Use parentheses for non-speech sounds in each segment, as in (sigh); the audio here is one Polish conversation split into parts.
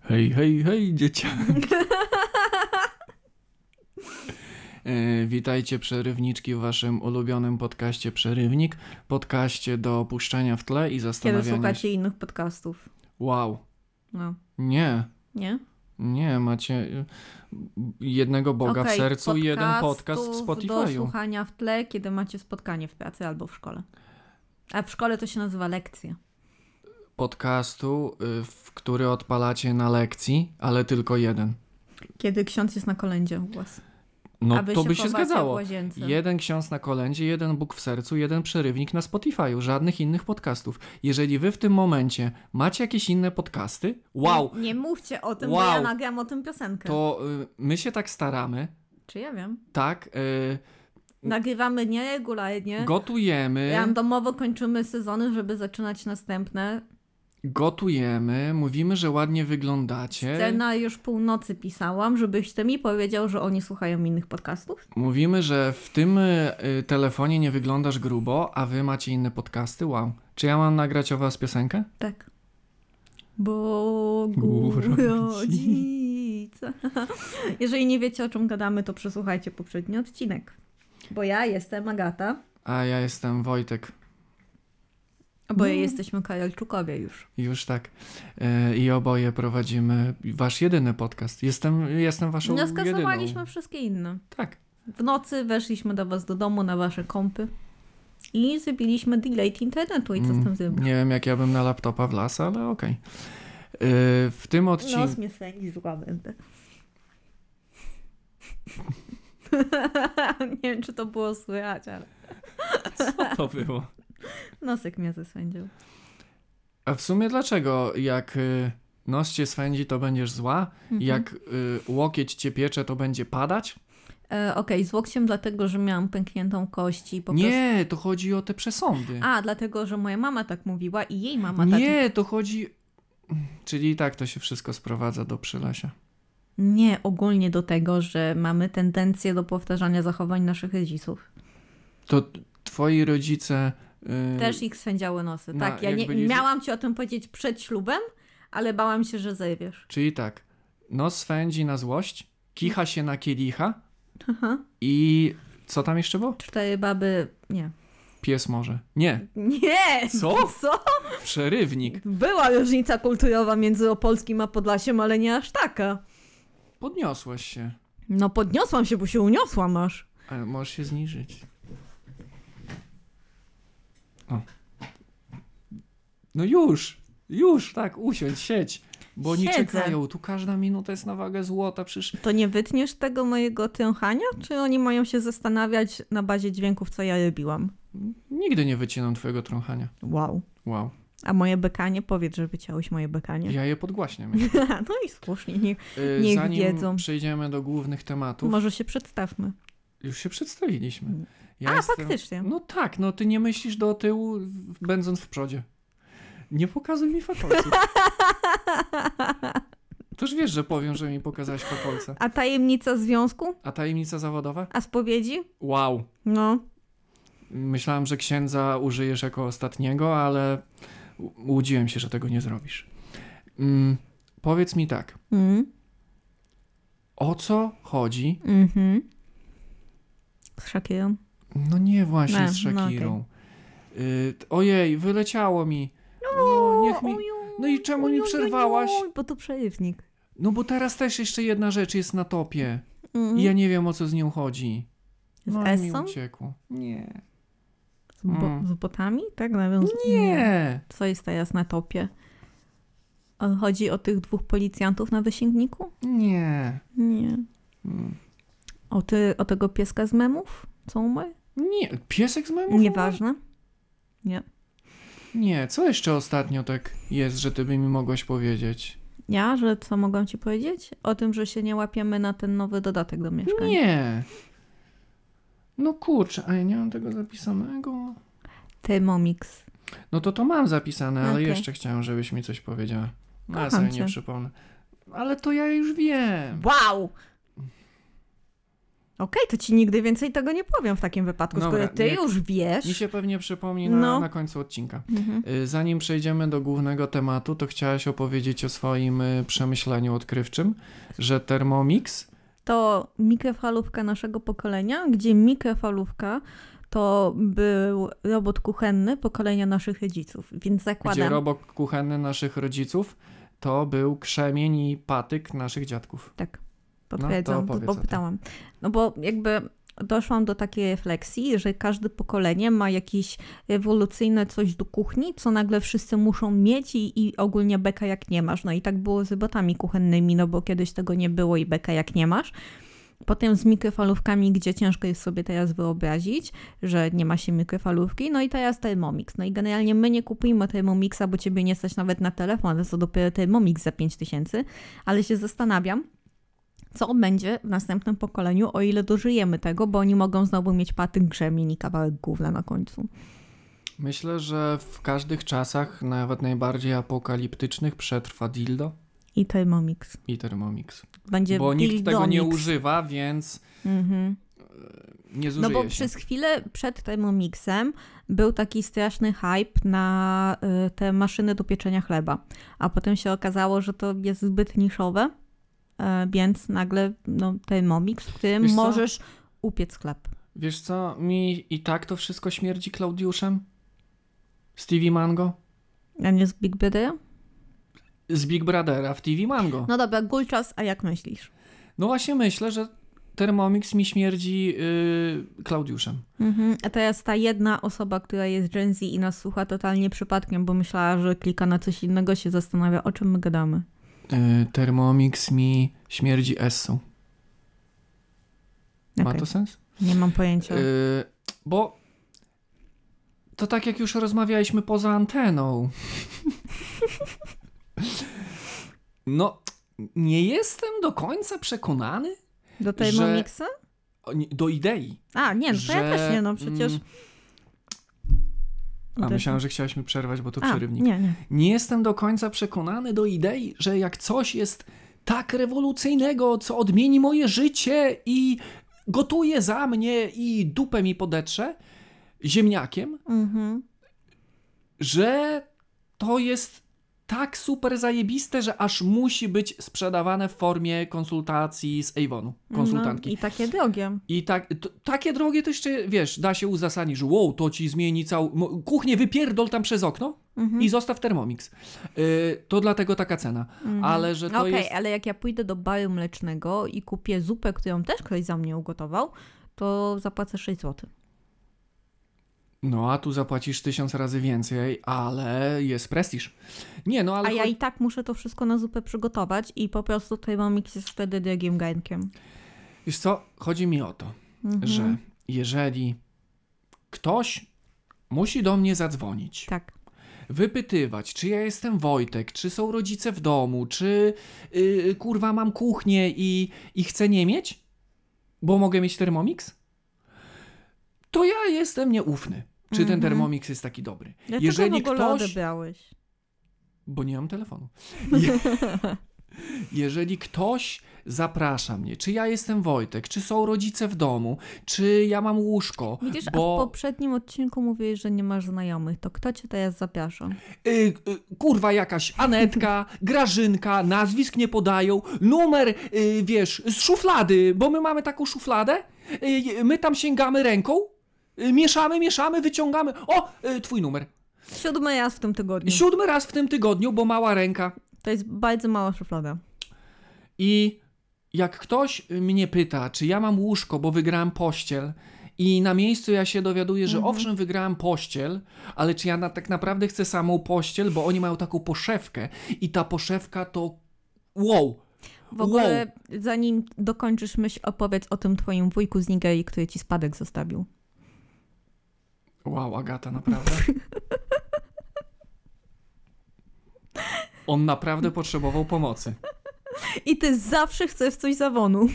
Hej, hej, hej, dzieciaki. E, Witajcie przerywniczki w waszym ulubionym podcaście Przerywnik, podcaście do opuszczenia w tle i Kiedy zastanawiania się. słuchacie innych podcastów. Wow, No, nie, nie? nie, macie y, jednego Boga Okej, w sercu i jeden podcast w podcastów Do Spotify'u. słuchania w tle, kiedy macie spotkanie w pracy albo w szkole. A w szkole to się nazywa lekcje. Podcastu, y, w który odpalacie na lekcji, ale tylko jeden. Kiedy ksiądz jest na kolędzie u was. No A wy to by się chowacie W zgadzało. łazience. Jeden ksiądz na kolędzie, jeden Bóg w sercu, jeden przerywnik na Spotify'u, żadnych innych podcastów. Jeżeli wy w tym momencie macie jakieś inne podcasty, wow, Nie, nie mówcie o tym, bo Wow. ja nagram o tym piosenkę. to y, my się tak staramy, Czy ja wiem? tak, y, Nagrywamy nieregularnie. gotujemy, Randomowo kończymy sezony, żeby zaczynać następne. gotujemy, mówimy, że ładnie wyglądacie, Scena już północy pisałam, żebyś ty mi powiedział, że oni słuchają innych podcastów. mówimy, że w tym y, y, telefonie nie wyglądasz grubo, a wy macie inne podcasty, wow. Czy ja mam nagrać o was piosenkę? Tak. Bogu Rodzice. rodzice. (laughs) Jeżeli nie wiecie, o czym gadamy, to przesłuchajcie poprzedni odcinek. Bo ja jestem Agata, A ja jestem Wojtek. No. oboje jesteśmy Karolczukowie już. Już tak. E, I oboje prowadzimy wasz jedyny podcast. Jestem, jestem waszą No, jedyną. skasowaliśmy wszystkie inne. Tak. W nocy weszliśmy do was do domu na wasze kompy i zrobiliśmy delay internetu No i co z Mm, tym zrobić? Nie wiem, jak ja bym na laptopa wlasł, ale okej. E, W tym Nos (laughs) odcinku... mnie swędzi z (laughs) będę. (laughs) nie wiem, czy to było słychać, ale Co to było? nosek mnie zeswędził. A w sumie dlaczego jak y, nos cię swędzi, to będziesz zła? Mhm. Jak y, łokieć cię piecze, to będzie padać? E, Okej, z łokciem dlatego, że miałam pękniętą kość i po prostu... nie, to chodzi o te przesądy. A, dlatego, że moja mama tak mówiła i jej mama tak... nie, to chodzi... Czyli i tak to się wszystko sprowadza do Przylesia. Nie, ogólnie do tego, że mamy tendencję do powtarzania zachowań naszych rodziców. To t- twoi rodzice... y, Też ich swędziały nosy. No, tak, ja jak nie, byli- miałam ci o tym powiedzieć przed ślubem, ale bałam się, że zejdziesz. Czyli tak, nos swędzi na złość, kicha się na kielicha Aha. i co tam jeszcze było? Cztery baby... Nie. Pies może. Nie, Nie! Co? (laughs) Co? przerywnik. Była różnica kulturowa między Opolskim a Podlasiem, ale nie aż taka. Podniosłeś się, No podniosłam się, bo się uniosłam aż. ale możesz się zniżyć. O. No już, już, tak, usiądź, siedź. Bo oni Siedzę. czekają, tu każda minuta jest na wagę złota, przecież To nie wytniesz tego mojego trąchania? Czy oni mają się zastanawiać na bazie dźwięków, co ja robiłam? nigdy nie wycinam twojego trąchania. Wow. Wow, A moje bekanie? Powiedz, że wyciąłeś moje bekanie. (laughs) ja je podgłaśniam. no i słusznie, nie. Y, (laughs) Niech Zanim wiedzą. przejdziemy do głównych tematów, może się przedstawmy. Już się przedstawiliśmy. Ja A, jestem- faktycznie. No tak, no ty nie myślisz do tyłu, w- będąc w przodzie. Nie pokazuj mi fakolców. (laughs) Toż wiesz, że powiem, że mi pokazałaś fakolce. A tajemnica związku? A tajemnica zawodowa? A spowiedzi? Wow. No. Myślałem, że księdza użyjesz jako ostatniego, ale u- łudziłem się, że tego nie zrobisz. Mm, powiedz mi tak, Mm. o co chodzi? Mhm. Z Shakirą. No nie właśnie Ne, z no okej. Shakirą. Y, t- ojej, wyleciało mi. No, niech mi... No i czemu mi przerwałaś? Bo to przerywnik. No bo teraz też jeszcze jedna rzecz jest na topie. Mm. I ja nie wiem o co z nią chodzi. Z no, i mi Essą? uciekło. Nie. Z, bo- Mm. z botami? Tak? Nawiąz- Nie. Co jest teraz na topie? O- Chodzi o tych dwóch policjantów na wysięgniku? Nie. Nie. Mm. O, ty, o tego pieska z memów? Co umarł? Nie. Piesek z memów? Nieważne. Nie. Co jeszcze ostatnio tak jest, że ty by mi mogłaś powiedzieć? Ja, że co mogłam ci powiedzieć? O tym, że się nie łapiemy na ten nowy dodatek do mieszkań. Nie. No kurczę, a ja nie mam tego zapisanego. Thermomix. No to to mam zapisane, ale Okej. jeszcze chciałem, żebyś mi coś powiedziała. No ja Kocham sobie nie cię. przypomnę. Ale to ja już wiem. Wow! Okej, to ci nigdy więcej tego nie powiem w takim wypadku, Dobra, skoro ty jak- już wiesz. Mi się pewnie przypomni na, No. na końcu odcinka. Mhm. Y, Zanim przejdziemy do głównego tematu, to chciałaś opowiedzieć o swoim y, przemyśleniu odkrywczym, że Thermomix To mikrofalówka naszego pokolenia, gdzie mikrofalówka to był robot kuchenny pokolenia naszych rodziców, więc Gdzie zakładam. robok kuchenny naszych rodziców to był krzemień i patyk naszych dziadków. Tak, No, potwierdzam, to to opowiedz o tym. popytałam. No bo jakby doszłam do takiej refleksji, że każde pokolenie ma jakieś rewolucyjne coś do kuchni, co nagle wszyscy muszą mieć i, i ogólnie beka jak nie masz. No i tak było z robotami kuchennymi, no bo kiedyś tego nie było i beka jak nie masz. Potem z mikrofalówkami, gdzie ciężko jest sobie teraz wyobrazić, że nie ma się mikrofalówki, no i teraz Thermomix. No i generalnie my nie kupujemy Thermomixa, bo ciebie nie stać nawet na telefon, a co dopiero Thermomix za 5000, ale się zastanawiam, co będzie w następnym pokoleniu, o ile dożyjemy tego, bo oni mogą znowu mieć patyk grzemin i kawałek gówna na końcu. Myślę, że w każdych czasach, nawet najbardziej apokaliptycznych, przetrwa dildo I Thermomix. i Thermomix. Będzie Bo nikt tego nie dildomix. używa, więc Mhm. nie No zużyje bo się. przez chwilę przed Thermomixem był taki straszny hype na y, te maszyny do pieczenia chleba, a potem się okazało, że to jest zbyt niszowe, y, więc nagle no, Thermomix, w którym Wiesz co? możesz upiec chleb. Wiesz co, mi i tak to wszystko śmierdzi Klaudiuszem? Stevie Mango? A nie z Big Bedy? Z Big Brothera w TV Mango. No, No dobra, Gulczas, a jak myślisz? właśnie myślę, że Thermomix mi śmierdzi yy, Klaudiuszem. Mhm. A teraz ta jedna osoba, która jest Gen Z i nas słucha totalnie przypadkiem, bo myślała, że klika na coś innego, się zastanawia, o czym my gadamy. Yy, Thermomix mi śmierdzi Essą. Ma Okej, Tak. to sens? Nie mam pojęcia. Y, bo to tak jak już rozmawialiśmy poza anteną. (laughs) No, nie jestem do końca przekonany Do tej że- Momixa? o- nie- do idei. A, nie, no to że, ja też nie, no przecież... No mm, A myślałem, że chciałeś mi przerwać, bo to A, przerywnik. Nie. nie, nie. jestem do końca przekonany do idei, że jak coś jest tak rewolucyjnego, co odmieni moje życie i gotuje za mnie i dupę mi podetrze ziemniakiem, Mhm. że to jest tak super zajebiste, że aż musi być sprzedawane w formie konsultacji z Avonu, konsultantki. No, I takie drogie. I tak, t- takie drogie to jeszcze, wiesz, da się uzasadnić, że wow, to ci zmieni całą... mo- Kuchnię wypierdol tam przez okno Mhm. i zostaw Thermomix. Y, to dlatego taka cena. Mhm. Ale że to Okej, jest... ale jak ja pójdę do baru mlecznego i kupię zupę, którą też ktoś za mnie ugotował, to zapłacę 6 zł. No, a tu zapłacisz tysiąc razy więcej, ale jest prestiż. Nie, no ale... A ja chodzi- i tak muszę to wszystko na zupę przygotować i po prostu tutaj mam miks jest wtedy drugim garnkiem. Wiesz co, chodzi mi o to, Mhm. że jeżeli ktoś musi do mnie zadzwonić, Tak. wypytywać, czy ja jestem Wojtek, czy są rodzice w domu, czy yy, kurwa mam kuchnię i, i chcę nie mieć, bo mogę mieć Thermomix, to ja jestem nieufny, czy ten Mhm. Thermomix jest taki dobry. Dlaczego w ogóle odebrałeś? Bo nie mam (laughs) telefonu. Je- Jeżeli ktoś zaprasza mnie, czy ja jestem Wojtek, czy są rodzice w domu, czy ja mam łóżko, Widzisz, bo... a w poprzednim odcinku mówiłeś, że nie masz znajomych, to kto cię teraz zaprasza? Y, y, kurwa jakaś Anetka, Grażynka, nazwisk nie podają, numer, y, wiesz, z szuflady, bo my mamy taką szufladę, y, my tam sięgamy ręką, y, mieszamy, mieszamy, wyciągamy, o, y, twój numer. Siódmy raz w tym tygodniu. Siódmy raz w tym tygodniu, bo mała ręka. To jest bardzo mała szuflada. I jak ktoś mnie pyta, czy ja mam łóżko, bo wygrałem pościel, i na miejscu ja się dowiaduję, że Mhm. owszem, wygrałem pościel, ale czy ja na, tak naprawdę chcę samą pościel, bo oni mają taką poszewkę i ta poszewka to wow. W ogóle, zanim dokończysz myśl, opowiedz o tym twoim wujku z Nigerii, który ci spadek zostawił. Wow, Agata, naprawdę. (laughs) On naprawdę potrzebował pomocy. I ty zawsze chcesz coś zawonu.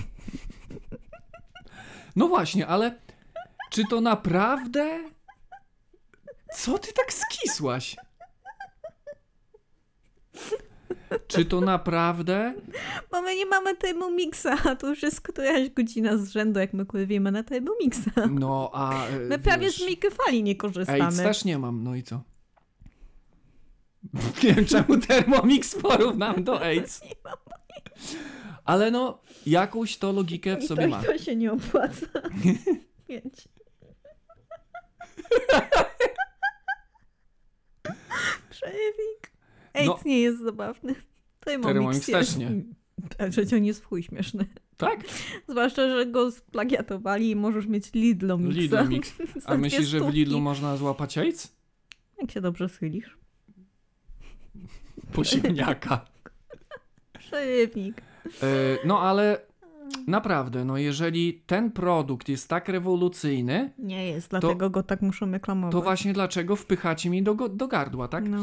No właśnie, ale czy to naprawdę? Co ty tak skisłaś? Czy to naprawdę? Bo my nie mamy table mixa, a to już jest któraś godzina z rzędu, jak my kurwimy na table mixa. No, a. e, My prawie wiesz, z mikrofali nie AIDS korzystamy. też nie mam, no i co? (laughs) Nie wiem, czemu Thermomix porównam do AIDS. Ale no, jakąś to logikę w I sobie to, ma. I to się nie opłaca. (laughs) Więc... Przejewik. Ej, No. nie jest zabawny. Thermomix Thermomix też jest... nie. A przecież on jest E, w chuj śmieszny. Tak? Zwłaszcza, że go splagiatowali i możesz mieć Lidlo mixa. Lidl (laughs) Mix. Za A dwie myślisz, że w stówki. Lidlu można złapać AIDS? Jak się dobrze schylisz. Po ziemniaka. Przejewik. E, No ale naprawdę, no jeżeli ten produkt jest tak rewolucyjny, Nie jest, dlatego go tak muszą reklamować. to właśnie dlaczego wpychacie mi do, go- do gardła, tak? No,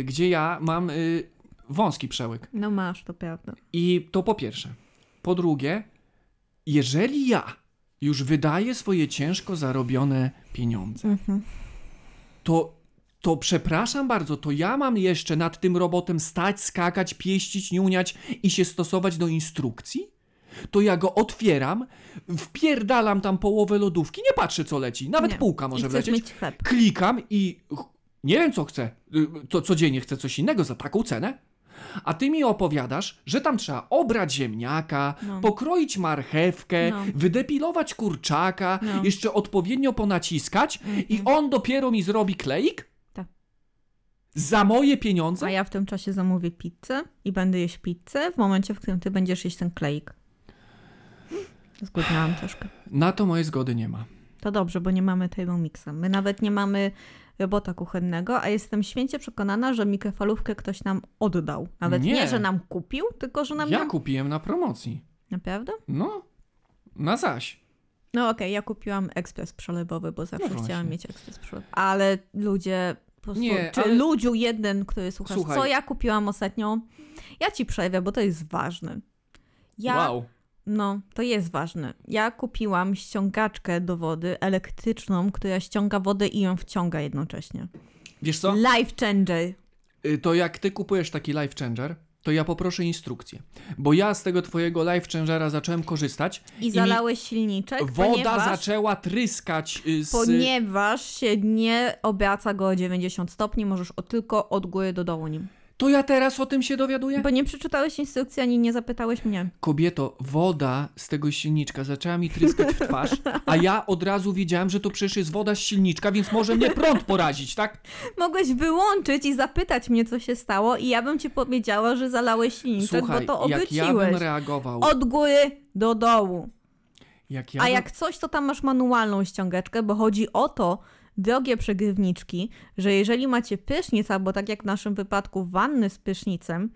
E, Gdzie ja mam y, wąski przełyk. no masz, to prawda. I to po pierwsze. Po drugie, jeżeli ja już wydaję swoje ciężko zarobione pieniądze, Mhm. to, to przepraszam bardzo, to ja mam jeszcze nad tym robotem stać, skakać, pieścić, niuniać i się stosować do instrukcji? To ja go otwieram, wpierdalam tam połowę lodówki, nie patrzę co leci, nawet Nie. półka I może chcesz wlecieć. mieć chleb. Klikam i ch- nie wiem co chcę. Y, Co, codziennie chcę coś innego za taką cenę. A ty mi opowiadasz, że tam trzeba obrać ziemniaka, No. pokroić marchewkę, No. wydepilować kurczaka, No. Mhm. jeszcze odpowiednio ponaciskać i on dopiero mi zrobi kleik? Tak. Za moje pieniądze? A ja w tym czasie zamówię pizzę i będę jeść pizzę w momencie, w którym ty będziesz jeść ten kleik. Zgłodniałam troszkę. Na to mojej zgody nie ma. To dobrze, bo nie mamy table mixa. My nawet nie mamy robota kuchennego, a jestem święcie przekonana, że mikrofalówkę ktoś nam oddał. Nawet nie, Nie. że nam kupił, tylko że nam... Ja nam- kupiłem na promocji. Naprawdę? No, na zaś. No okej, ja kupiłam ekspres przelewowy, bo zawsze No właśnie. chciałam mieć ekspres przelewowy. Ale ludzie, po prostu, Nie, czy ale- ludziu jeden, który słuchasz, Słuchaj. co ja kupiłam ostatnio? Ja ci przejdę, bo to jest ważne. Ja, Wow. no, to jest ważne. Ja kupiłam ściągaczkę do wody elektryczną, która ściąga wodę i ją wciąga jednocześnie. Wiesz co? Life changer. Y, To jak ty kupujesz taki life changer, to ja poproszę instrukcję. Bo ja z tego twojego life changera zacząłem korzystać. I mi zalałeś silniczek, Woda Tak, ponieważ, zaczęła tryskać y, z. ponieważ się nie obraca go o 90 stopni, możesz o, tylko od góry do dołu nim. To ja teraz o tym się dowiaduję? Bo nie przeczytałeś instrukcji, ani nie zapytałeś mnie. Kobieto, woda z tego silniczka zaczęła mi tryskać w twarz, a ja od razu wiedziałem, że to przecież jest woda z silniczka, więc może mnie prąd porazić, (laughs) tak? Mogłeś wyłączyć i zapytać mnie, co się stało i ja bym ci powiedziała, że zalałeś silniczek, Słuchaj, bo to jak ja obróciłeś. bym reagował. Od góry do dołu. Jak ja A bym- jak coś, to tam masz manualną ściągaczkę, bo chodzi o to, drogie przegrywniczki, że jeżeli macie prysznic, albo tak jak w naszym wypadku wanny z prysznicem,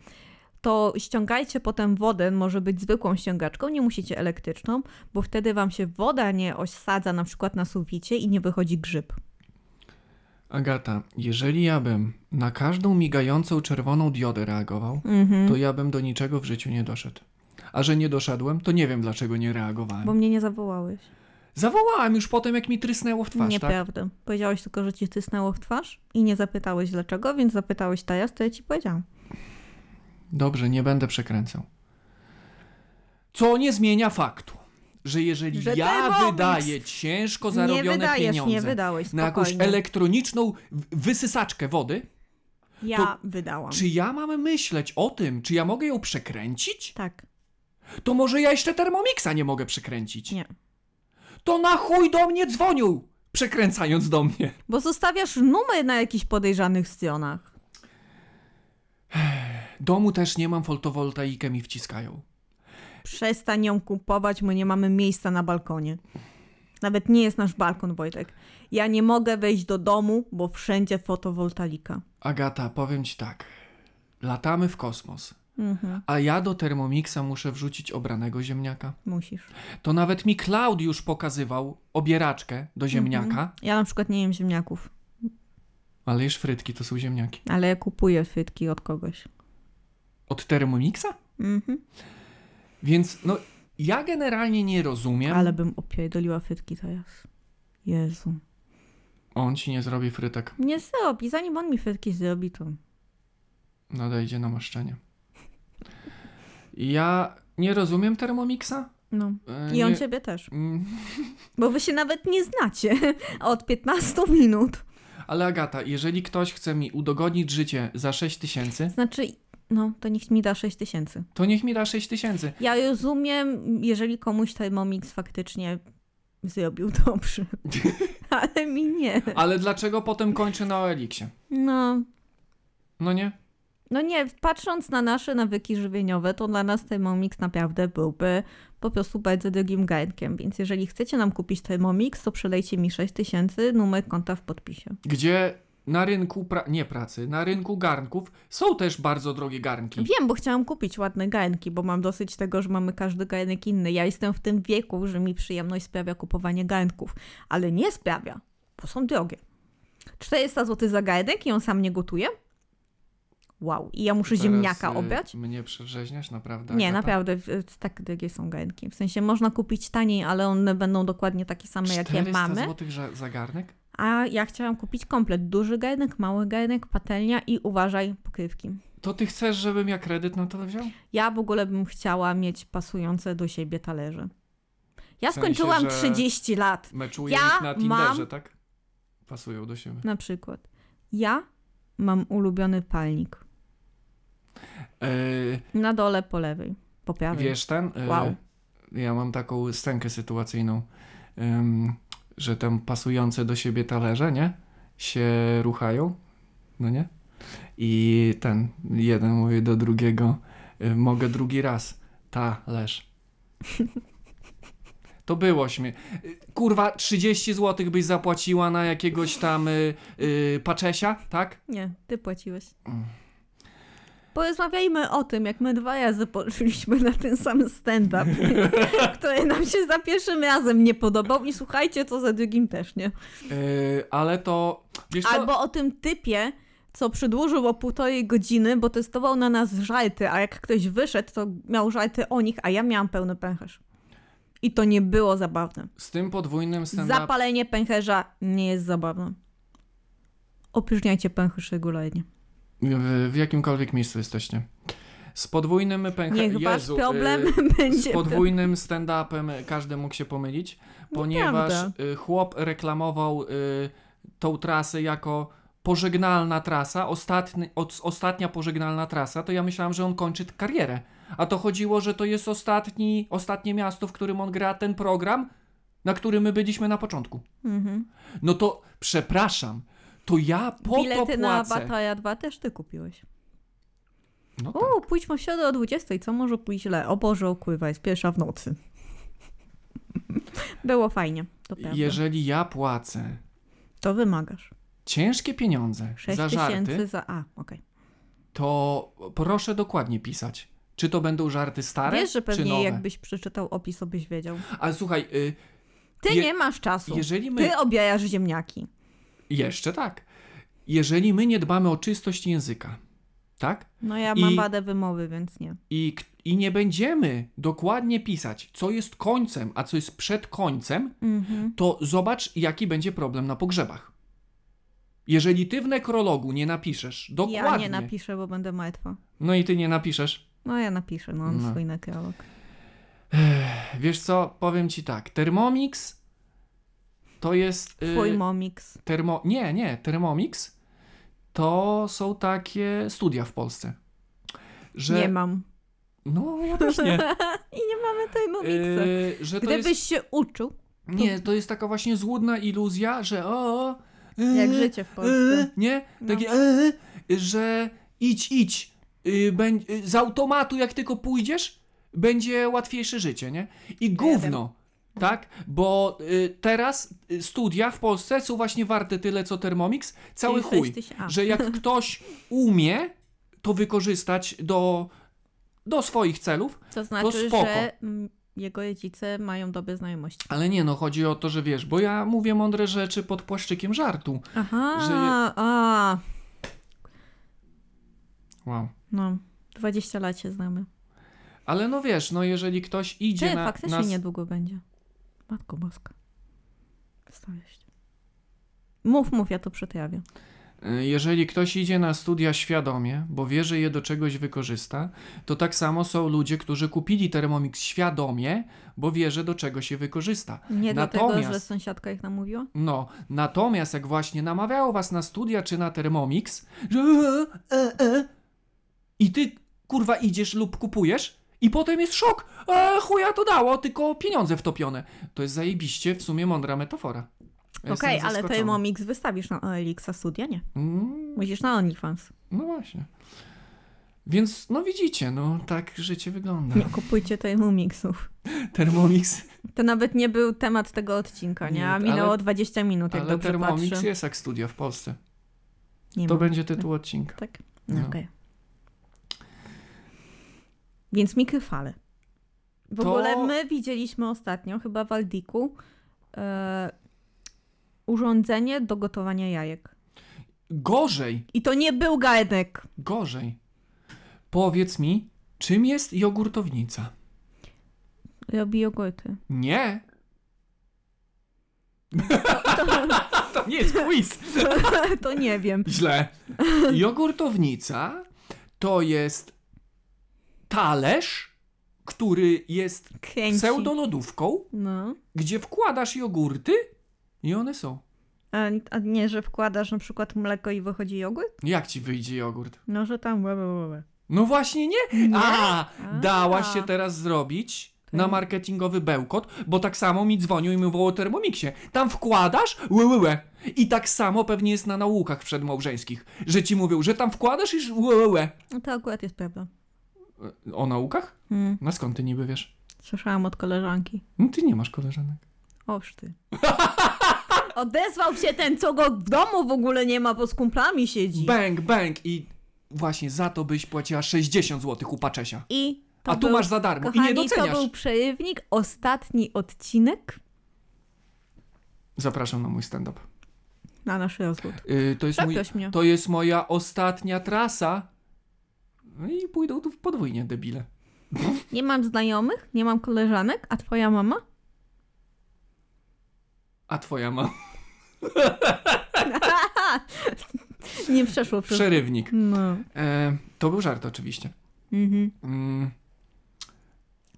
to ściągajcie potem wodę, może być zwykłą ściągaczką, nie musicie elektryczną, bo wtedy wam się woda nie osadza na przykład na suficie i nie wychodzi grzyb. Agata, jeżeli ja bym na każdą migającą czerwoną diodę reagował, Mhm. to ja bym do niczego w życiu nie doszedł. A że nie doszedłem, to nie wiem dlaczego nie reagowałem. Bo mnie nie zawołałeś. Zawołałem już potem, jak mi trysnęło w twarz, tak? Nieprawda. Powiedziałeś tylko, że ci tysnęło w twarz i nie zapytałeś dlaczego, więc zapytałeś teraz, to ja ci powiedziałam. Dobrze, nie będę przekręcał. Co nie zmienia faktu, że jeżeli Że ja Thermomix wydaję ciężko nie zarobione wydajesz, pieniądze nie wydałeś, na spokojnie. jakąś elektroniczną w- wysysaczkę wody, Ja wydałam. czy ja mam myśleć o tym, czy ja mogę ją przekręcić? Tak, To może ja jeszcze Thermomixa nie mogę przekręcić. nie. To na chuj do mnie dzwonił, przekręcając do mnie. Bo zostawiasz numer na jakichś podejrzanych stronach. Domu też nie mam, fotowoltaikę mi wciskają. Przestań ją kupować, my nie mamy miejsca na balkonie. Nawet nie jest nasz balkon, Wojtek. Ja nie mogę wejść do domu, bo wszędzie fotowoltaika. Agata, powiem ci tak. Latamy w kosmos, Mhm, a ja do Thermomixa muszę wrzucić obranego ziemniaka. musisz. To nawet mi Klaudiusz pokazywał obieraczkę do Mhm. ziemniaka, Ja na przykład nie jem ziemniaków, ale już frytki to są ziemniaki. ale ja kupuję frytki od kogoś. Od Thermomixa? Mhm. Więc no, ja generalnie nie rozumiem. Ale bym opierdoliła frytki teraz. Jezu. On ci nie zrobi frytek. Nie zrobi, zanim on mi frytki zrobi, to... Nadejdzie namaszczenie. Ja nie rozumiem Thermomixa. No. E, I on nie- ciebie też. Mm, Bo wy się nawet nie znacie (laughs) od 15 minut. Ale Agata, jeżeli ktoś chce mi udogodnić życie za 6 tysięcy, Znaczy, no, to niech mi da 6 tysięcy. to niech mi da 6 tysięcy. Ja rozumiem, jeżeli komuś Thermomix faktycznie zrobił (laughs) dobrze. Ale mi nie. Ale dlaczego potem kończę na Oeliksie? No, No nie? no nie, patrząc na nasze nawyki żywieniowe, to dla nas Thermomix naprawdę byłby po prostu bardzo drogim garnkiem. Więc jeżeli chcecie nam kupić Thermomix, to przelejcie mi 6 tysięcy, numer konta w podpisie. Gdzie na rynku, pra... nie pracy, na rynku garnków są też bardzo drogie garnki. Wiem, bo chciałam kupić ładne garnki, bo mam dosyć tego, że mamy każdy garnek inny. Ja jestem w tym wieku, że mi przyjemność sprawia kupowanie garnków, ale nie sprawia, bo są drogie. 400 zł za garnek i on sam nie gotuje? Wow, i ja muszę Teraz, ziemniaka y, obrać? Mnie przerzeźniasz, naprawdę? nie, Agata? naprawdę, y, tak drogie są garnki. W sensie można kupić taniej, ale one będą dokładnie takie same, jakie 400 mamy. złotych za, za garnek? A ja chciałam kupić komplet. Duży garnek, mały garnek, patelnia i uważaj, pokrywki. To ty chcesz, żebym ja kredyt na to wziął? Ja w ogóle bym chciała mieć pasujące do siebie talerze. Ja W sensie, skończyłam że- 30 lat, Meczuję Ja ich na Tinderze, mam- tak? Pasują do siebie. na przykład. Ja mam ulubiony palnik. Yy, Na dole po lewej, po prawej. Wiesz ten? y, Wow. Ja mam taką scenkę sytuacyjną, ym, że tam pasujące do siebie talerze, nie? Się ruchają, no nie? I ten, jeden mówi do drugiego, y, mogę drugi raz, talerz. To było śmie... y, Kurwa, 30 zł byś zapłaciła na jakiegoś tam y, y, paczesia, tak? Nie, ty płaciłeś. Mm. Porozmawiajmy o tym, jak my dwa razy poszliśmy na ten sam (laughs) stand-up, który nam się za pierwszym razem nie podobał i słuchajcie, co za drugim też nie. Y, ale to... Wiesz co? Albo o tym typie, co przedłużył o półtorej godziny, bo testował na nas żarty, a jak ktoś wyszedł, to miał żarty o nich, a ja miałam pełny pęcherz. I to nie było zabawne. Z tym podwójnym stand-upem... Zapalenie pęcherza nie jest zabawne. Opróżniajcie pęcherz regularnie. W, w jakimkolwiek miejscu jesteście. Z podwójnym pęcherem. Niech wasz problem (laughs) będzie... y, Z podwójnym stand-upem każdy mógł się pomylić, ponieważ prawda. y, chłop reklamował y, tą trasę jako pożegnalna trasa, ostatni, od, ostatnia pożegnalna trasa, to ja myślałam, że on kończy t- karierę. A to chodziło, że to jest ostatni, ostatnie miasto, w którym on gra ten program, na którym my byliśmy na początku. Mhm. No to przepraszam, to ja po Bilety to na płacę. Bataja 2 też ty kupiłeś. No tak. O, pójdźmy w środę o 20, co może pójść źle? O Boże, okływa, jest pierwsza w nocy. (laughs) Było fajnie, to prawda. Jeżeli ja płacę To wymagasz. ciężkie pieniądze 6 za tysięcy żarty, za. A, okej. to proszę dokładnie pisać. Czy to będą żarty stare, Wiesz, że czy nowe? pewnie jakbyś przeczytał opis, to byś wiedział. Ale słuchaj, y, Ty Je- nie masz czasu. jeżeli my... Ty objajasz ziemniaki. Jeszcze tak. Jeżeli my nie dbamy o czystość języka, tak? No ja I- mam wadę wymowy, więc nie. I, k- I nie będziemy dokładnie pisać, co jest końcem, a co jest przed końcem, Mhm. to zobacz, jaki będzie problem na pogrzebach. Jeżeli ty w nekrologu nie napiszesz dokładnie... Ja nie napiszę, bo będę martwa. No i ty nie napiszesz. No ja napiszę, no mam No. swój nekrolog. Wiesz co, powiem ci tak, Thermomix to jest... y, Twój momix. termo, nie, nie, Thermomix to są takie studia w Polsce. Że, Nie mam. No, ja też nie. (laughs) I nie mamy tej momixa. Y, że to Gdybyś jest, się uczył, nie, to jest taka właśnie złudna iluzja, że o... y, jak życie w Polsce. y, Nie? No. Takie, y, y, że idź, idź, y, beń- y, z automatu jak tylko pójdziesz, będzie łatwiejsze życie, nie? I gówno, tak? Bo y, teraz y, studia w Polsce są właśnie warte tyle, co Thermomix, cały Czyli chuj, 6000 a. że jak ktoś umie to wykorzystać do, do swoich celów, To znaczy, spoko. że mm, jego rodzice mają dobre znajomości. ale nie, no chodzi o to, że wiesz, bo ja mówię mądre rzeczy pod płaszczykiem żartu. Aha, Że je- a, Wow. no, 20 lat się znamy. Ale no wiesz, no jeżeli ktoś idzie Czy na, faktycznie na... niedługo będzie? Matko boska. Starość. Mów, mów, ja to przetrawię. Y, Jeżeli ktoś idzie na studia świadomie, bo wie, że je do czegoś wykorzysta, to tak samo są ludzie, którzy kupili Thermomix świadomie, bo wie, że do czegoś je wykorzysta. Nie dlatego, że Natomiast- sąsiadka ich namówiła? No, natomiast jak właśnie namawiało was na studia czy na Thermomix, że e, e, e, i ty kurwa idziesz lub kupujesz i potem jest szok, e, chuja to dało, tylko pieniądze wtopione. To jest zajebiście w sumie mądra metafora. Ja jestem Okej, ale zaskoczony. Thermomix wystawisz na OLX, a studia nie. Mm, Musisz na OnlyFans. No właśnie. Więc no widzicie, no tak życie wygląda. Nie kupujcie Thermomixów. Thermomix, To nawet nie był temat tego odcinka, nie? Nie, A ale- minęło 20 minut, ale jak No tak, dobrze Thermomix patrzę. jest jak studia w Polsce. Nie To ma. będzie tytuł odcinka. Tak? No. Okej. Więc mikrofale. W To- ogóle my widzieliśmy ostatnio, chyba w Aldiku, e, urządzenie do gotowania jajek. Gorzej, I to nie był garnek. gorzej. Powiedz mi, czym jest jogurtownica? Robi jogurty. Nie. (laughs) To nie jest quiz. (laughs) to nie wiem. Źle. Jogurtownica to jest talerz, który jest Kręci. pseudolodówką, No. gdzie wkładasz jogurty i one są. A, a nie, że wkładasz na przykład mleko i wychodzi jogurt? Jak ci wyjdzie jogurt? No, że tam... łe, łe, łe, łe. No właśnie nie. A, dałaś się A. teraz zrobić Tak. na marketingowy bełkot, bo tak samo mi dzwonił i mówił o Thermomixie. Tam wkładasz, łe, łe, łe. I tak samo pewnie jest na naukach przedmałżeńskich, że ci mówią, że tam wkładasz i że łe, łe, łe. No to akurat jest prawda. E, O naukach? Hmm. Na skąd ty niby wiesz? Słyszałam od koleżanki. No ty nie masz koleżanek. Oż ty. (laughs) Odezwał się ten, co go w domu w ogóle nie ma, bo z kumplami siedzi. Bang, bang i właśnie za to byś płaciła 60 zł u Paczesia. I to A tu był, masz za darmo kochani, i nie doceniasz. to był przerywnik, ostatni odcinek Zapraszam na mój stand-up. na nasz rozwód. Y, to, jest mój, Zaproś Tak mnie. to jest moja ostatnia trasa. No I pójdą tu w podwójnie debile. Nie mam znajomych, nie mam koleżanek, a twoja mama? A twoja (laughs) ma Nie przeszło przez... przerywnik. No. E, to był żart oczywiście. Mhm. Mm.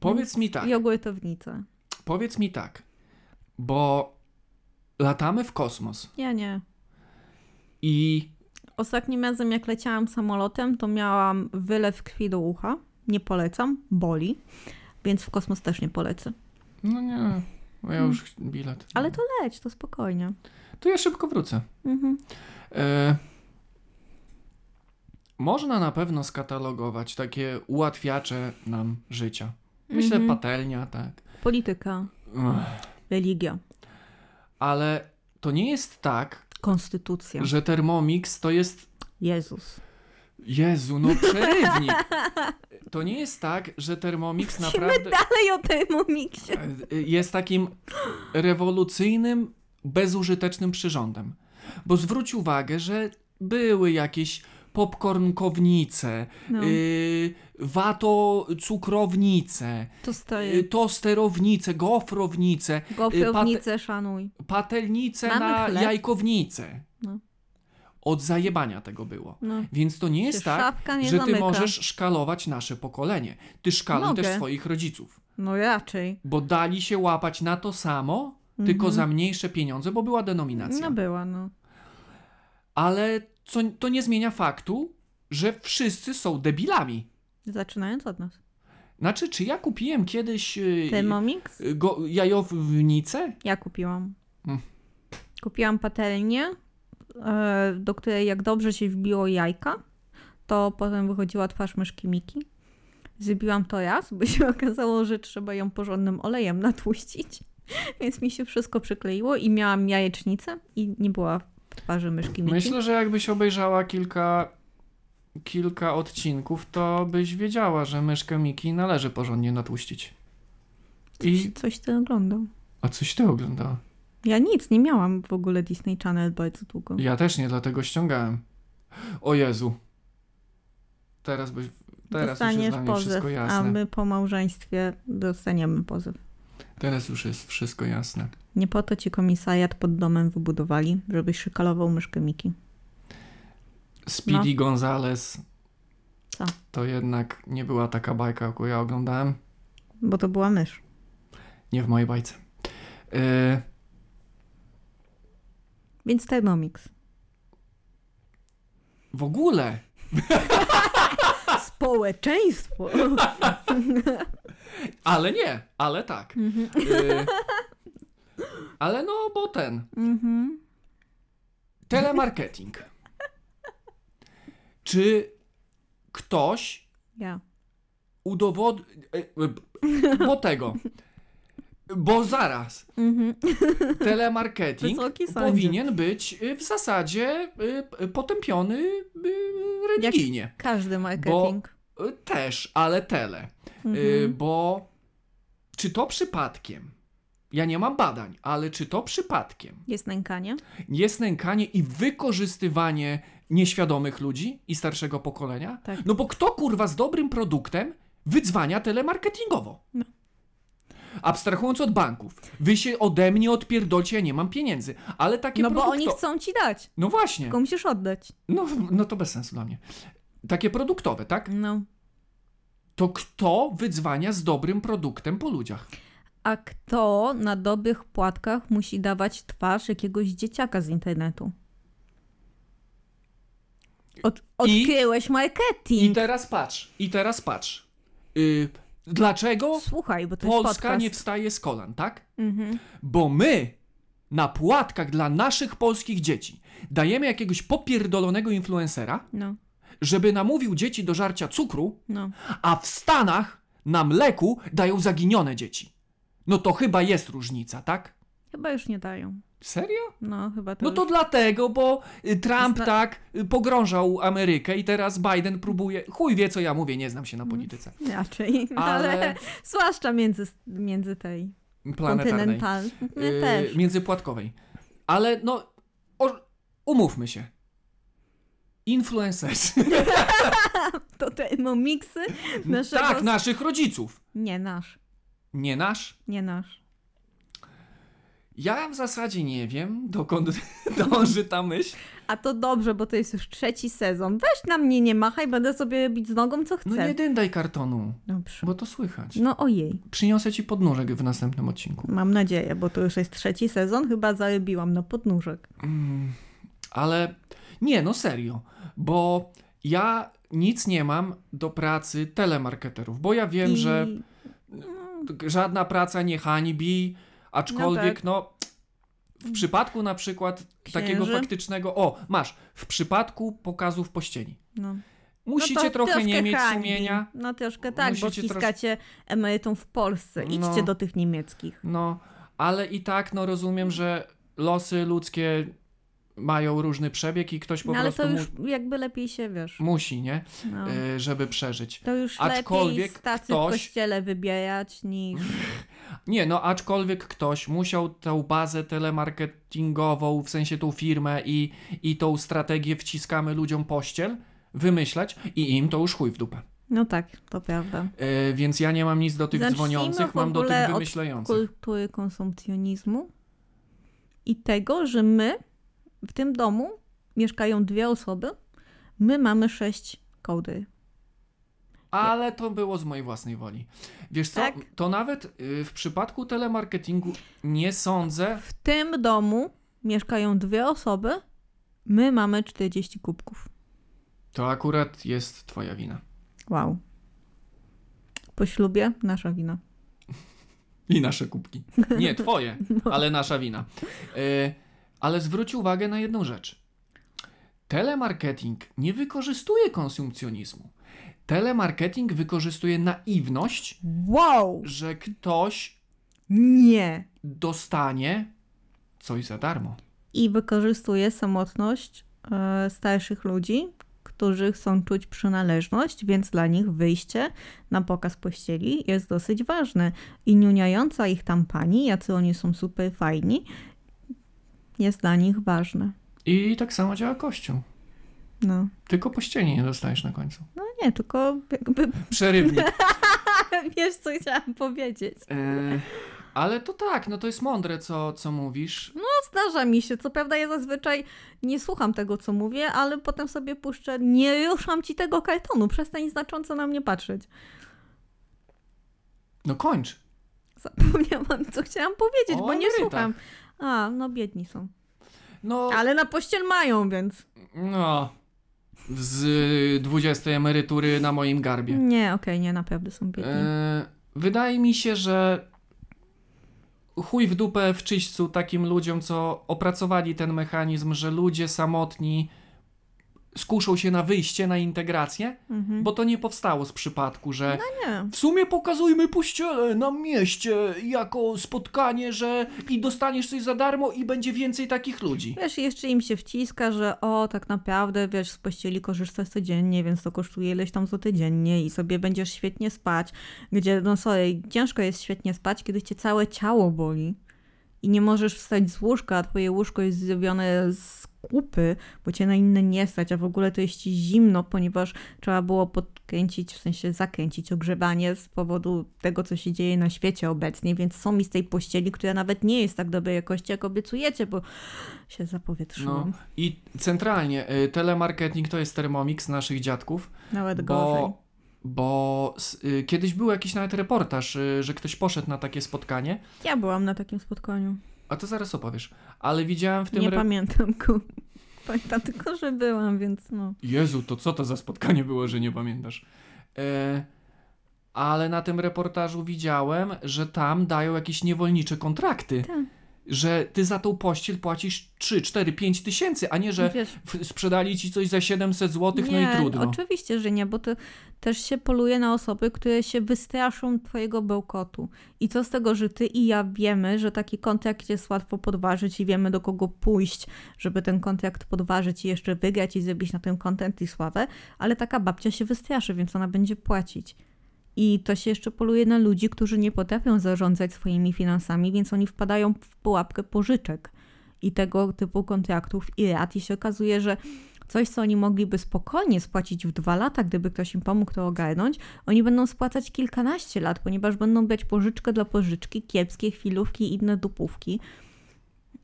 Powiedz mi tak, Jogurtownica. powiedz mi tak, bo latamy w kosmos Ja nie. i Ostatnim razem, jak leciałam samolotem, to miałam wylew krwi do ucha. Nie polecam, boli. Więc w kosmos też nie polecę. no nie, bo ja już bilet. Hmm. Ale to leć, to spokojnie. To ja szybko wrócę. Mhm. E, można na pewno skatalogować takie ułatwiacze nam życia. Myślę Mhm. patelnia, tak. Polityka, Ech. religia, Ale to nie jest tak, konstytucja, że Thermomix to jest... Jezus. Jezu, no przerywnik. To nie jest tak, że Thermomix naprawdę Dalej o tym miksie. e, jest takim rewolucyjnym, bezużytecznym przyrządem. Bo zwróć uwagę, że były jakieś popcornkownice, No, y, wato cukrownice, to y, stoi. tosterownice, gofrownice, Gofrownicę szanuj. patelnice Mamy na chleb. jajkownice. No. Od zajebania tego było. No. Więc to nie jest Przecież tak, szafka nie że ty zamyka. możesz szkalować nasze pokolenie. Ty szkaluj Mogę. też swoich rodziców, No raczej. bo dali się łapać na to samo, tylko Mhm. za mniejsze pieniądze, bo była denominacja. No była, no. Ale co, to nie zmienia faktu, że wszyscy są debilami. Zaczynając od nas. Znaczy, czy ja kupiłem kiedyś y, Thermomix? y, go, jajownicę? Ja kupiłam. Mm. Kupiłam patelnię, e, do której jak dobrze się wbiło jajka, to potem wychodziła twarz myszki Miki. Zbiłam to raz, bo się (laughs) okazało, że trzeba ją porządnym olejem natłuścić. (laughs) Więc mi się wszystko przykleiło i miałam jajecznicę i nie była w twarzy myszki Miki. Myślę, że jakbyś obejrzała kilka, kilka odcinków, to byś wiedziała, że myszkę Miki należy porządnie natłuścić. I... Coś ty oglądał. A coś ty oglądała? Ja nic, nie miałam w ogóle Disney Channel bardzo długo. Ja też nie, dlatego ściągałem. O Jezu. Teraz byś... Teraz już jest Dostaniesz dla mnie pozew, wszystko a jasne. my po małżeństwie dostaniemy pozew. Teraz już jest wszystko jasne. Nie po to ci komisariat pod domem wybudowali, żebyś szykalował myszkę Miki. Speedy Gonzales. No. Co? To jednak nie była taka bajka, jaką ja oglądałem. Bo to była mysz. Nie w mojej bajce. E, Więc Thermomix. w ogóle Społeczeństwo! (laughs) Ale nie, ale tak. Y, ale no, bo ten. mhm. Telemarketing. Czy ktoś Ja. udowodni. y, Bo tego. Bo zaraz. Mhm. Telemarketing Wysoki sądzie. powinien być y, w zasadzie y, potępiony y, religijnie. Każdy marketing. Y, Też, ale tele. Y, Mhm. Bo czy to przypadkiem. Ja nie mam badań, ale czy to przypadkiem Jest nękanie. jest nękanie i wykorzystywanie nieświadomych ludzi i starszego pokolenia? Tak. No bo kto kurwa z dobrym produktem wydzwania telemarketingowo? No. Abstrahując od banków, wy się ode mnie odpierdolcie, ja nie mam pieniędzy, ale takie No bo produkto... oni chcą ci dać, No właśnie, tylko musisz oddać. no, no to bez sensu dla mnie. Takie produktowe, tak? No. To kto wydzwania z dobrym produktem po ludziach? A kto na dobrych płatkach musi dawać twarz jakiegoś dzieciaka z internetu? Od, odkryłeś I marketing. teraz patrz, i teraz patrz. Y, dlaczego Słuchaj, bo to jest Polska podcast. nie wstaje z kolan, tak? Mhm. bo my na płatkach dla naszych polskich dzieci dajemy jakiegoś popierdolonego influencera, No, żeby namówił dzieci do żarcia cukru, no. a w Stanach na mleku dają zaginione dzieci. No to chyba jest różnica, tak? Chyba już nie dają. Serio? No, chyba to No to już... dlatego, bo y, Trump Zna- tak y, pogrążał Amerykę i teraz Biden próbuje. Chuj wie, co ja mówię, nie znam się na polityce. (laughs) Raczej, No, ale, Ale- zwłaszcza między, między tej Planetarnej. kontynentalnej y, (laughs) też. międzypłatkowej. Ale no, o, umówmy się. Influencerzy. To te miksy (laughs) naszego... Tak, naszych rodziców. Nie nasz, Nie nasz. nie nasz. Ja w zasadzie nie wiem, dokąd (laughs) dąży ta myśl. A to dobrze, bo to jest już trzeci sezon. Weź na mnie nie machaj, będę sobie robić z nogą co chcę. No nie dyndaj kartonu, Dobrze. bo to słychać. No ojej, Przyniosę ci podnóżek w następnym odcinku. mam nadzieję, bo to już jest trzeci sezon, chyba zarobiłam na podnóżek. Mm, ale nie, no serio, bo ja nic nie mam do pracy telemarketerów, bo ja wiem, I- że Mm, żadna praca nie hańbi, aczkolwiek no, w przypadku na przykład takiego tak. Księży. faktycznego, o masz, w przypadku pokazów pościeli. No. Musicie no to trochę nie troszkę mieć hańbi. sumienia. No troszkę tak, Musicie bo wciskacie emerytom w Polsce. Idźcie No. do tych niemieckich. No, ale i tak no rozumiem, że losy ludzkie mają różny przebieg i ktoś po No ale prostu to już mu- jakby lepiej się wiesz. musi, nie? No. Y, żeby przeżyć. To już lepiej aczkolwiek stację ktoś- w kościele wybierać niż... Nie, no aczkolwiek ktoś musiał tą bazę telemarketingową, w sensie tą firmę i, i tą strategię wciskamy ludziom pościel, wymyślać i im to już chuj w dupę. No tak, to prawda. Y, więc ja nie mam nic do tych Zacznijmy dzwoniących, w mam do ogóle tych od wymyślających. kultury konsumpcjonizmu i tego, że my w tym domu mieszkają dwie osoby, my mamy sześć kołdry. Ale to było z mojej własnej woli. Wiesz co, Tak? to nawet y, w przypadku telemarketingu nie sądzę. W tym domu mieszkają dwie osoby, my mamy 40 kubków. To akurat jest twoja wina. Wow. Po ślubie nasza wina. I nasze kubki. Nie, twoje, ale nasza wina. Y, ale zwróć uwagę na jedną rzecz. Telemarketing nie wykorzystuje konsumpcjonizmu. Telemarketing wykorzystuje naiwność, Wow! że ktoś Nie! dostanie coś za darmo. I wykorzystuje samotność e, starszych ludzi, którzy chcą czuć przynależność, więc dla nich wyjście na pokaz pościeli jest dosyć ważne. I niuniająca ich tam pani, jacy oni są super fajni, jest dla nich ważne. I tak samo działa kościół. No, Tylko pościeli nie dostajesz na końcu. no nie, tylko jakby (laughs) Przerywnik. wiesz, co chciałam powiedzieć. E, Ale to tak, no to jest mądre, co, co mówisz. Zdarza mi się, co prawda ja zazwyczaj nie słucham tego, co mówię, ale potem sobie puszczę, nie ruszam ci tego kartonu, przestań znacząco na mnie patrzeć. (laughs) No kończ. Zapomniałam, co chciałam powiedzieć, O bo nie emerytach. słucham. A, no biedni są. No, Ale na pościel mają, więc... no. Z 20 emerytury na moim garbie. Nie, okej, nie, naprawdę są biedni. E, wydaje mi się, że chuj w dupę w czyśćcu takim ludziom, co opracowali ten mechanizm, że ludzie samotni skuszą się na wyjście, na integrację, Mhm. bo to nie powstało z przypadku, że Nie. w sumie pokazujmy pościelę na mieście jako spotkanie, że i dostaniesz coś za darmo i będzie więcej takich ludzi. Wiesz, jeszcze im się wciska, że o, tak naprawdę, wiesz, z pościeli korzystasz codziennie, więc to kosztuje ileś tam złotych dziennie i sobie będziesz świetnie spać, gdzie, no sorry, ciężko jest świetnie spać, kiedy cię całe ciało boli i nie możesz wstać z łóżka, a twoje łóżko jest zrobione z kupy, bo cię na inne nie stać, a w ogóle to jest ci zimno, ponieważ trzeba było podkręcić, w sensie zakręcić ogrzewanie z powodu tego, co się dzieje na świecie obecnie, więc są mi z tej pościeli, która nawet nie jest tak dobrej jakości, jak obiecujecie, bo się zapowietrzyłam. No i centralnie, y, telemarketing to jest Thermomix naszych dziadków. Nawet gorzej. bo, bo s- y, kiedyś był jakiś nawet reportaż, y, że ktoś poszedł na takie spotkanie, Ja byłam na takim spotkaniu. a to zaraz opowiesz, ale widziałem w tym... Nie re- pamiętam ku. Pamiętam tylko, że byłam, więc no. Jezu, to co to za spotkanie było, że nie pamiętasz? E, ale na tym reportażu widziałem, że tam dają jakieś niewolnicze kontrakty. Tak. Że ty za tą pościel płacisz 3, 4, 5 tysięcy, a nie, że Wiesz, f- sprzedali ci coś za 700 zł, No nie, no i trudno. Oczywiście, że nie, bo to też się poluje na osoby, które się wystraszą twojego bełkotu. I co z tego, że ty i ja wiemy, że taki kontrakt jest łatwo podważyć i wiemy do kogo pójść, żeby ten kontrakt podważyć i jeszcze wygrać i zrobić na tym kontent i sławę, ale taka babcia się wystraszy, więc ona będzie płacić. I to się jeszcze poluje na ludzi, którzy nie potrafią zarządzać swoimi finansami, więc oni wpadają w pułapkę pożyczek i tego typu kontraktów i rat. I się okazuje, że coś, co oni mogliby spokojnie spłacić w dwa lata, gdyby ktoś im pomógł to ogarnąć, oni będą spłacać kilkanaście lat, ponieważ będą brać pożyczkę dla pożyczki, kiepskie chwilówki i inne dupówki.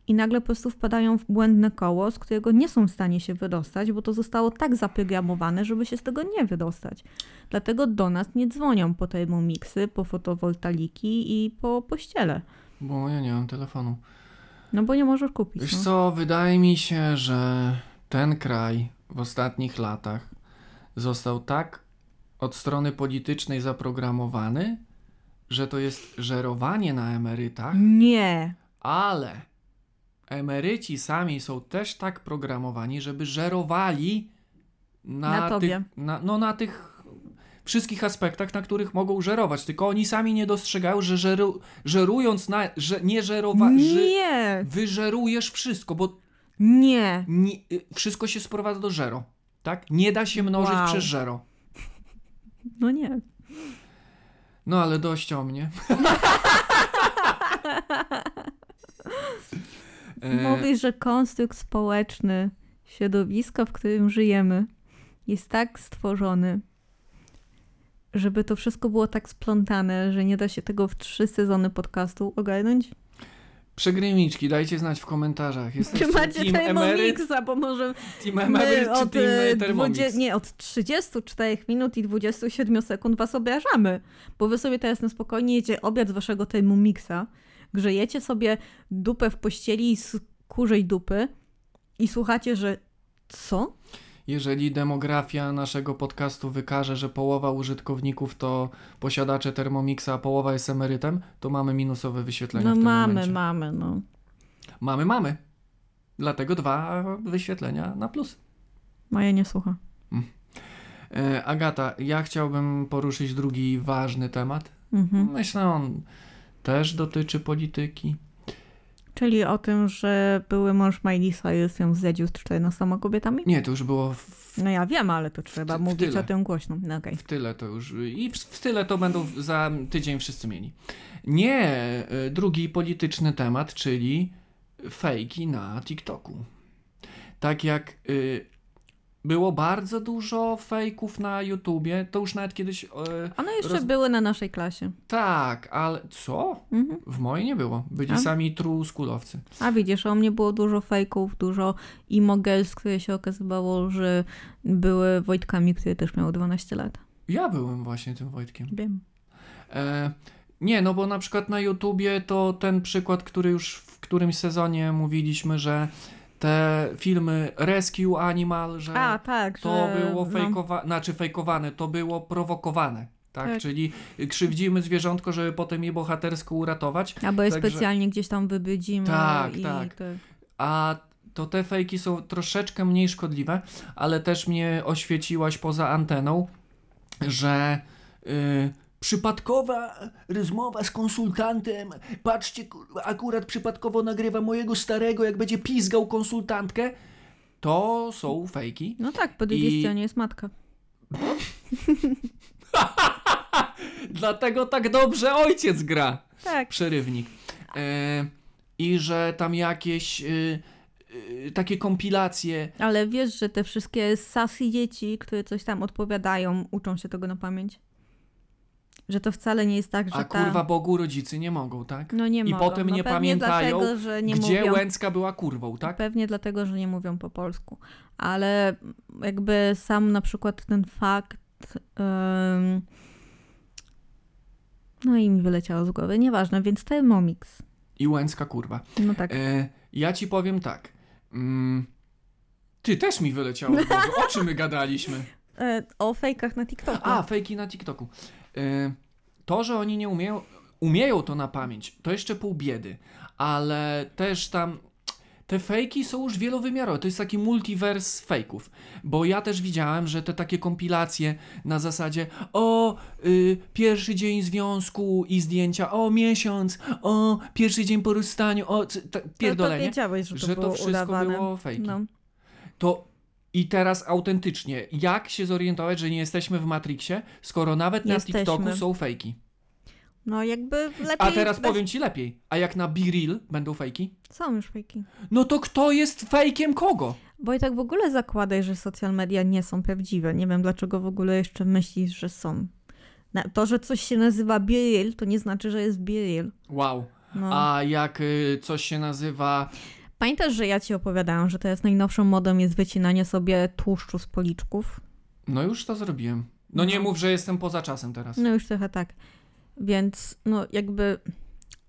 I nagle po prostu wpadają w błędne koło, z którego nie są w stanie się wydostać, bo to zostało tak zaprogramowane, żeby się z tego nie wydostać. Dlatego do nas nie dzwonią po termomiksy, po fotowoltaiki i po pościele. Bo ja nie mam telefonu. No bo nie możesz kupić. Wiesz no. co, wydaje mi się, że ten kraj w ostatnich latach został tak od strony politycznej zaprogramowany, że to jest żerowanie na emerytach, Nie. ale emeryci sami są też tak programowani, żeby żerowali na, Na tych, tobie. na, no, na tych wszystkich aspektach, na których mogą żerować. Tylko oni sami nie dostrzegają, że żeru, żerując na... Że, nie żerowa... Że, Nie. wyżerujesz wszystko, bo Nie. nie, y, wszystko się sprowadza do żero, tak? Nie da się mnożyć Wow. przez żero. No nie. No ale dość o (laughs) mnie. e, Mówisz, że konstrukt społeczny, środowisko, w którym żyjemy, jest tak stworzony, żeby to wszystko było tak splątane, że nie da się tego w trzy sezony podcastu ogarnąć? przegrymiczki, dajcie znać w komentarzach. Jesteście Czy macie team emeryt, Thermomixa, bo może team my emeryt czy od, team e, e, Thermomix? dwudzie- nie, od 34 minut i 27 sekund was obrażamy, bo wy sobie teraz na spokojnie jecie obiad z waszego Thermomixa, grzejecie sobie dupę w pościeli i z kurzej dupy i słuchacie, że co? Jeżeli demografia naszego podcastu wykaże, że połowa użytkowników to posiadacze Thermomixa, a połowa jest emerytem, to mamy minusowe wyświetlenia No w tym mamy, momencie. mamy, no. Mamy, mamy. Dlatego dwa wyświetlenia na plus. Maja nie słucha. E, Agata, ja chciałbym poruszyć drugi ważny temat. Mhm. Myślę, on też dotyczy polityki. Czyli o tym, że były mąż Miley Cyrus ją zjedził z 14 kobietami? Nie, to już było w, No ja wiem, ale to trzeba w mówić tyle. o tym głośno. No okej. w tyle to już. I w, w tyle to będą w- za tydzień wszyscy mieli. Nie, e, drugi polityczny temat, czyli fejki na TikToku. Tak jak y, e, Było bardzo dużo fejków na YouTubie, to już nawet kiedyś... E, One jeszcze Roz- były na naszej klasie. tak, ale co? Mhm. W mojej nie było. Byli A? sami truskulowcy. A widzisz, o mnie było dużo fejków, dużo imogels, które się okazywało, że były Wojtkami, które też miały 12 lat. Ja byłem właśnie tym Wojtkiem. Wiem. E, nie, no bo na przykład na YouTubie to ten przykład, który już w którymś sezonie mówiliśmy, że te filmy Rescue Animal, że A, tak. to że, było no, fejkowane, znaczy fejkowane, to było prowokowane. Tak? Tak. czyli krzywdzimy zwierzątko, żeby potem je bohatersko uratować, Albo je Także- specjalnie gdzieś tam wybydzimy. Tak, i tak. To... a to te fejki są troszeczkę mniej szkodliwe, ale też mnie oświeciłaś poza anteną, że y, przypadkowa rozmowa z konsultantem, patrzcie, kurwa, akurat przypadkowo nagrywa mojego starego, jak będzie pizgał konsultantkę, to są fejki. No tak, po drugiej I- stronie jest matka. Dlatego tak dobrze ojciec gra. Tak. przerywnik. E, I że tam jakieś y, y, takie kompilacje. Ale wiesz, że te wszystkie sassy dzieci, które coś tam odpowiadają, uczą się tego na pamięć? Że to wcale nie jest tak, że A ta... kurwa Bogu rodzicy nie mogą, tak? No nie I mogą. potem no nie pewnie pamiętają, dlatego, że nie Gdzie mówią... Łęcka była kurwą, tak? Pewnie dlatego, że nie mówią po polsku. Ale jakby sam na przykład ten fakt. em, no i mi wyleciało z głowy. Nieważne, więc Thermomix. I Łęcka kurwa. No tak. E, ja ci powiem tak. Mm, ty też mi wyleciało. z głowy. O czym my gadaliśmy? E, o fejkach na TikToku. A, fejki na TikToku. E, to, że oni nie umieją, umieją to na pamięć, to jeszcze pół biedy, ale też tam te fejki są już wielowymiarowe. To jest taki multiwers fejków, bo ja też widziałem, że te takie kompilacje na zasadzie o y, pierwszy dzień związku i zdjęcia, o miesiąc, o pierwszy dzień po rozstaniu, o c- te- No To, to pierdolenie, wiedziałeś, że to że było to wszystko udawane. było fejki. No. To i teraz autentycznie, jak się zorientować, że nie jesteśmy w Matrixie, skoro nawet na Jesteśmy. TikToku są fejki? no jakby lepiej... A teraz weź- powiem ci lepiej. A jak na B-Reel będą fejki? Są już fejki. No to kto jest fejkiem kogo? Bo i tak w ogóle zakładaj, że social media nie są prawdziwe. Nie wiem, dlaczego w ogóle jeszcze myślisz, że są. Na- To, że coś się nazywa Biril, to nie znaczy, że jest Biril. Wow. No. A jak y, coś się nazywa... Pamiętasz, że ja ci opowiadałam, że teraz najnowszą modą jest wycinanie sobie tłuszczu z policzków? No już to zrobiłem. No nie mów, że jestem poza czasem teraz. No już trochę tak. Więc no jakby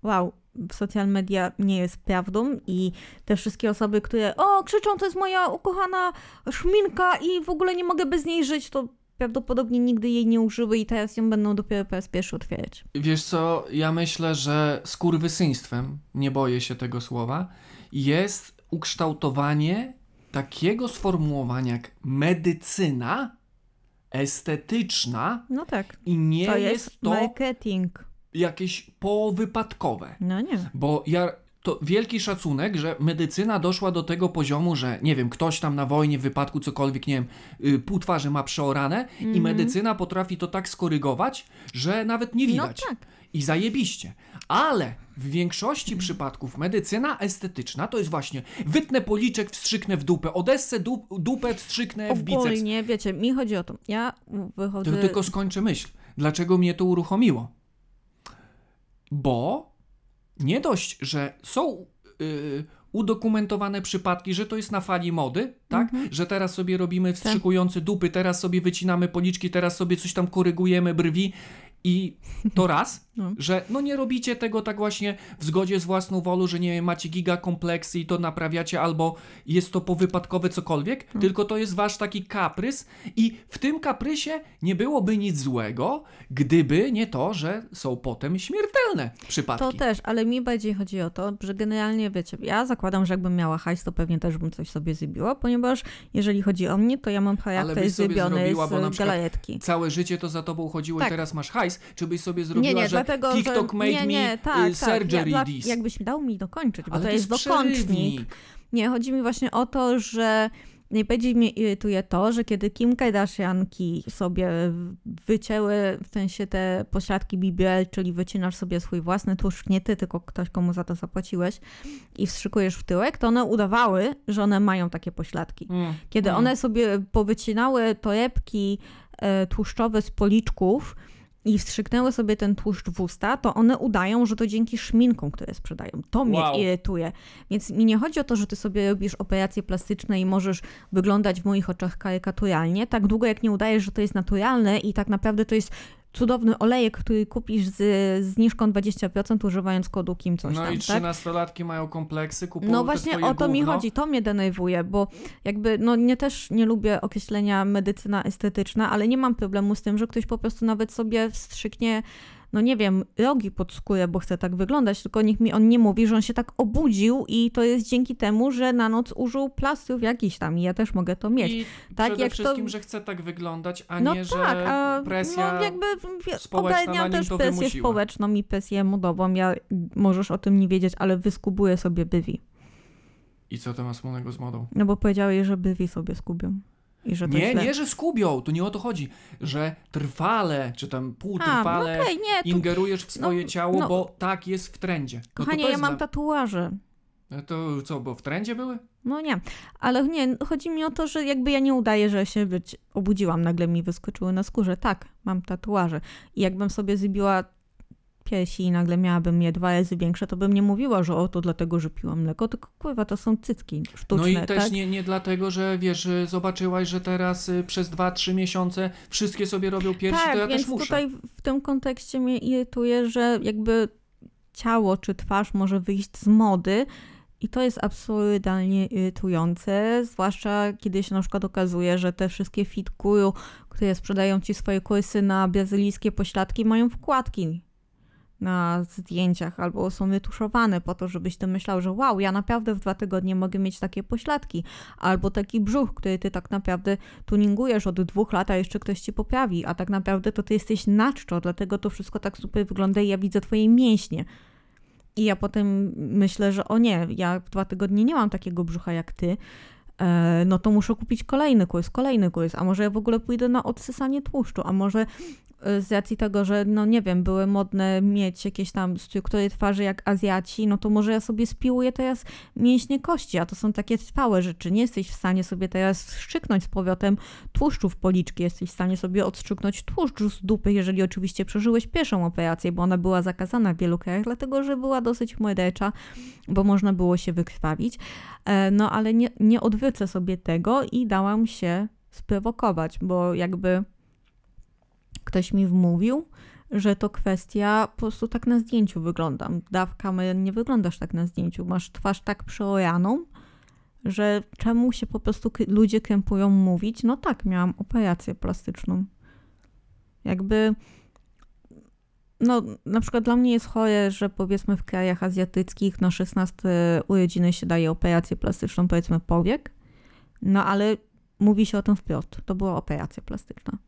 wow, social media nie jest prawdą i te wszystkie osoby, które o, krzyczą, to jest moja ukochana szminka i w ogóle nie mogę bez niej żyć, to prawdopodobnie nigdy jej nie użyły i teraz ją będą dopiero po raz pierwszy otwierać. Wiesz co, ja myślę, że skurwysyństwem, nie boję się tego słowa, jest ukształtowanie takiego sformułowania jak medycyna estetyczna No tak. i nie to jest, jest, to marketing. jakieś powypadkowe. No nie. Bo ja to wielki szacunek, że medycyna doszła do tego poziomu, że nie wiem, ktoś tam na wojnie, w wypadku cokolwiek, nie wiem, y, pół twarzy ma przeorane i Mhm. medycyna potrafi to tak skorygować, że nawet nie No widać. tak. I zajebiście. Ale w większości przypadków medycyna estetyczna to jest właśnie wytnę policzek, wstrzyknę w dupę, odessę dup, dupę, wstrzyknę w biceps. Ogólnie, wiecie, mi chodzi o to. Ja wychodzę... Tylko, tylko skończę myśl. Dlaczego mnie to uruchomiło? Bo nie dość, że są yy, udokumentowane przypadki, że to jest na fali mody, tak? Mhm. Że teraz sobie robimy wstrzykujący dupy, teraz sobie wycinamy policzki, teraz sobie coś tam korygujemy brwi i (laughs) to raz, No. że no nie robicie tego tak właśnie w zgodzie z własną wolą, że nie macie gigakompleksy i to naprawiacie albo jest to powypadkowe cokolwiek, No. tylko to jest wasz taki kaprys i w tym kaprysie nie byłoby nic złego, gdyby nie to, że są potem śmiertelne przypadki. To też, ale mi bardziej chodzi o to, że generalnie, wiecie, ja zakładam, że jakbym miała hajs, to pewnie też bym coś sobie zybiła, ponieważ jeżeli chodzi o mnie, to ja mam charakter byś sobie zybiony zrobiła, bo na z przykład galaretki. Całe życie to za tobą chodziło i Tak. teraz masz hajs, czy byś sobie zrobiła, że TikTok made nie, nie, me tak, y, surgery tak, ja, this. Jakbyś dał mi dokończyć, bo Ale to jest dokończnik. przerywnik. Nie, chodzi mi właśnie o to, że Najbardziej mnie irytuje to, że kiedy Kim Kardashianki sobie wycięły w sensie te pośladki BBL, czyli wycinasz sobie swój własny tłuszcz, nie ty, tylko ktoś, komu za to zapłaciłeś i wstrzykujesz w tyłek, to one udawały, że one mają takie pośladki. Mm. Kiedy Mm. one sobie powycinały torebki e, tłuszczowe z policzków i wstrzyknęły sobie ten tłuszcz w usta, to one udają, że to dzięki szminkom, które sprzedają. To mnie Wow. irytuje. Więc mi nie chodzi o to, że ty sobie robisz operacje plastyczne i możesz wyglądać w moich oczach karykaturalnie, tak długo jak nie udajesz, że to jest naturalne i tak naprawdę to jest cudowny olejek, który kupisz z z zniżką 20% używając kodu kim coś No tam, i tak? trzynastolatki mają kompleksy, kupują No te właśnie twoje o to mi gówno. chodzi, to mnie denerwuje, bo jakby, no nie też nie lubię określenia medycyna estetyczna, ale nie mam problemu z tym, że ktoś po prostu nawet sobie wstrzyknie, no nie wiem, rogi pod skórę, bo chce tak wyglądać, tylko nikt mi on nie mówi, że on się tak obudził i to jest dzięki temu, że na noc użył plastrów jakichś tam i ja też mogę to mieć. I Tak, przede jak to- wszystkim, że chce tak wyglądać, a no nie, że tak, a presja... no jakby wie- społeczna na ogarniam nim też to presję wymusiła. społeczną i presję modową, ja możesz o tym nie wiedzieć, ale wyskubuję sobie bywi. I co to ma wspólnego z modą? No bo powiedziałeś, że bywi sobie skubią. I że to Nie, źle. nie, że skubią, to nie o to chodzi, że trwale, czy tam A, no półtrwale okej, nie, tu, ingerujesz w swoje no, ciało, no. bo tak jest w trendzie. No kochanie, to to ja jest mam dla... tatuaże. To co, bo w trendzie były? No nie, ale nie, no chodzi mi o to, że jakby ja nie udaję, że się być, obudziłam, nagle mi wyskoczyły na skórze. Tak, mam tatuaże. I jakbym sobie zbiła piersi i nagle miałabym je dwa razy większe, to bym nie mówiła, że o, to dlatego, że piłam mleko, tylko kurwa, to są cycki sztuczne, no i też tak? nie, nie dlatego, że wiesz, y, zobaczyłaś, że teraz y, przez 2-3 miesiące wszystkie sobie robią piersi, tak, to ja więc też muszę. tutaj w- w tym kontekście mnie irytuje, że jakby ciało czy twarz może wyjść z mody i to jest absurdalnie irytujące, zwłaszcza kiedy się na przykład okazuje, że te wszystkie fit guru, które sprzedają ci swoje kursy na brazylijskie pośladki, mają wkładki na zdjęciach albo są wytuszowane po to, żebyś ty myślał, że wow, ja naprawdę w dwa tygodnie mogę mieć takie pośladki albo taki brzuch, który ty tak naprawdę tuningujesz od dwóch lat, a jeszcze ktoś ci poprawi, a tak naprawdę to ty jesteś naczczo, dlatego to wszystko tak super wygląda i ja widzę twoje mięśnie. I ja potem myślę, że o nie, ja w dwa tygodnie nie mam takiego brzucha jak ty, e, no to muszę kupić kolejny kurs, kolejny kurs, a może ja w ogóle pójdę na odsysanie tłuszczu, a może e, z racji tego, że no nie wiem, były modne mieć jakieś tam struktury twarzy jak Azjaci, no to może ja sobie spiłuję teraz mięśnie kości, a to są takie trwałe rzeczy. Nie jesteś w stanie sobie teraz strzyknąć z powrotem tłuszczu w policzki, jesteś w stanie sobie odszczyknąć tłuszcz z dupy, jeżeli oczywiście przeżyłeś pierwszą operację, bo ona była zakazana w wielu krajach, dlatego że była dosyć młodecza, bo można było się wykrwawić. E, No ale nie, nie odwrócę sobie tego i dałam się sprowokować, bo jakby ktoś mi wmówił, że to kwestia, po prostu tak na zdjęciu wyglądam. Dawka, my nie wyglądasz tak na zdjęciu. Masz twarz tak przeoraną, że czemu się po prostu k- ludzie krępują mówić? No tak, miałam operację plastyczną. Jakby. No, na przykład dla mnie jest chore, że powiedzmy w krajach azjatyckich na 16 urodziny się daje operację plastyczną, powiedzmy powiek. No ale mówi się o tym wprost. To była operacja plastyczna.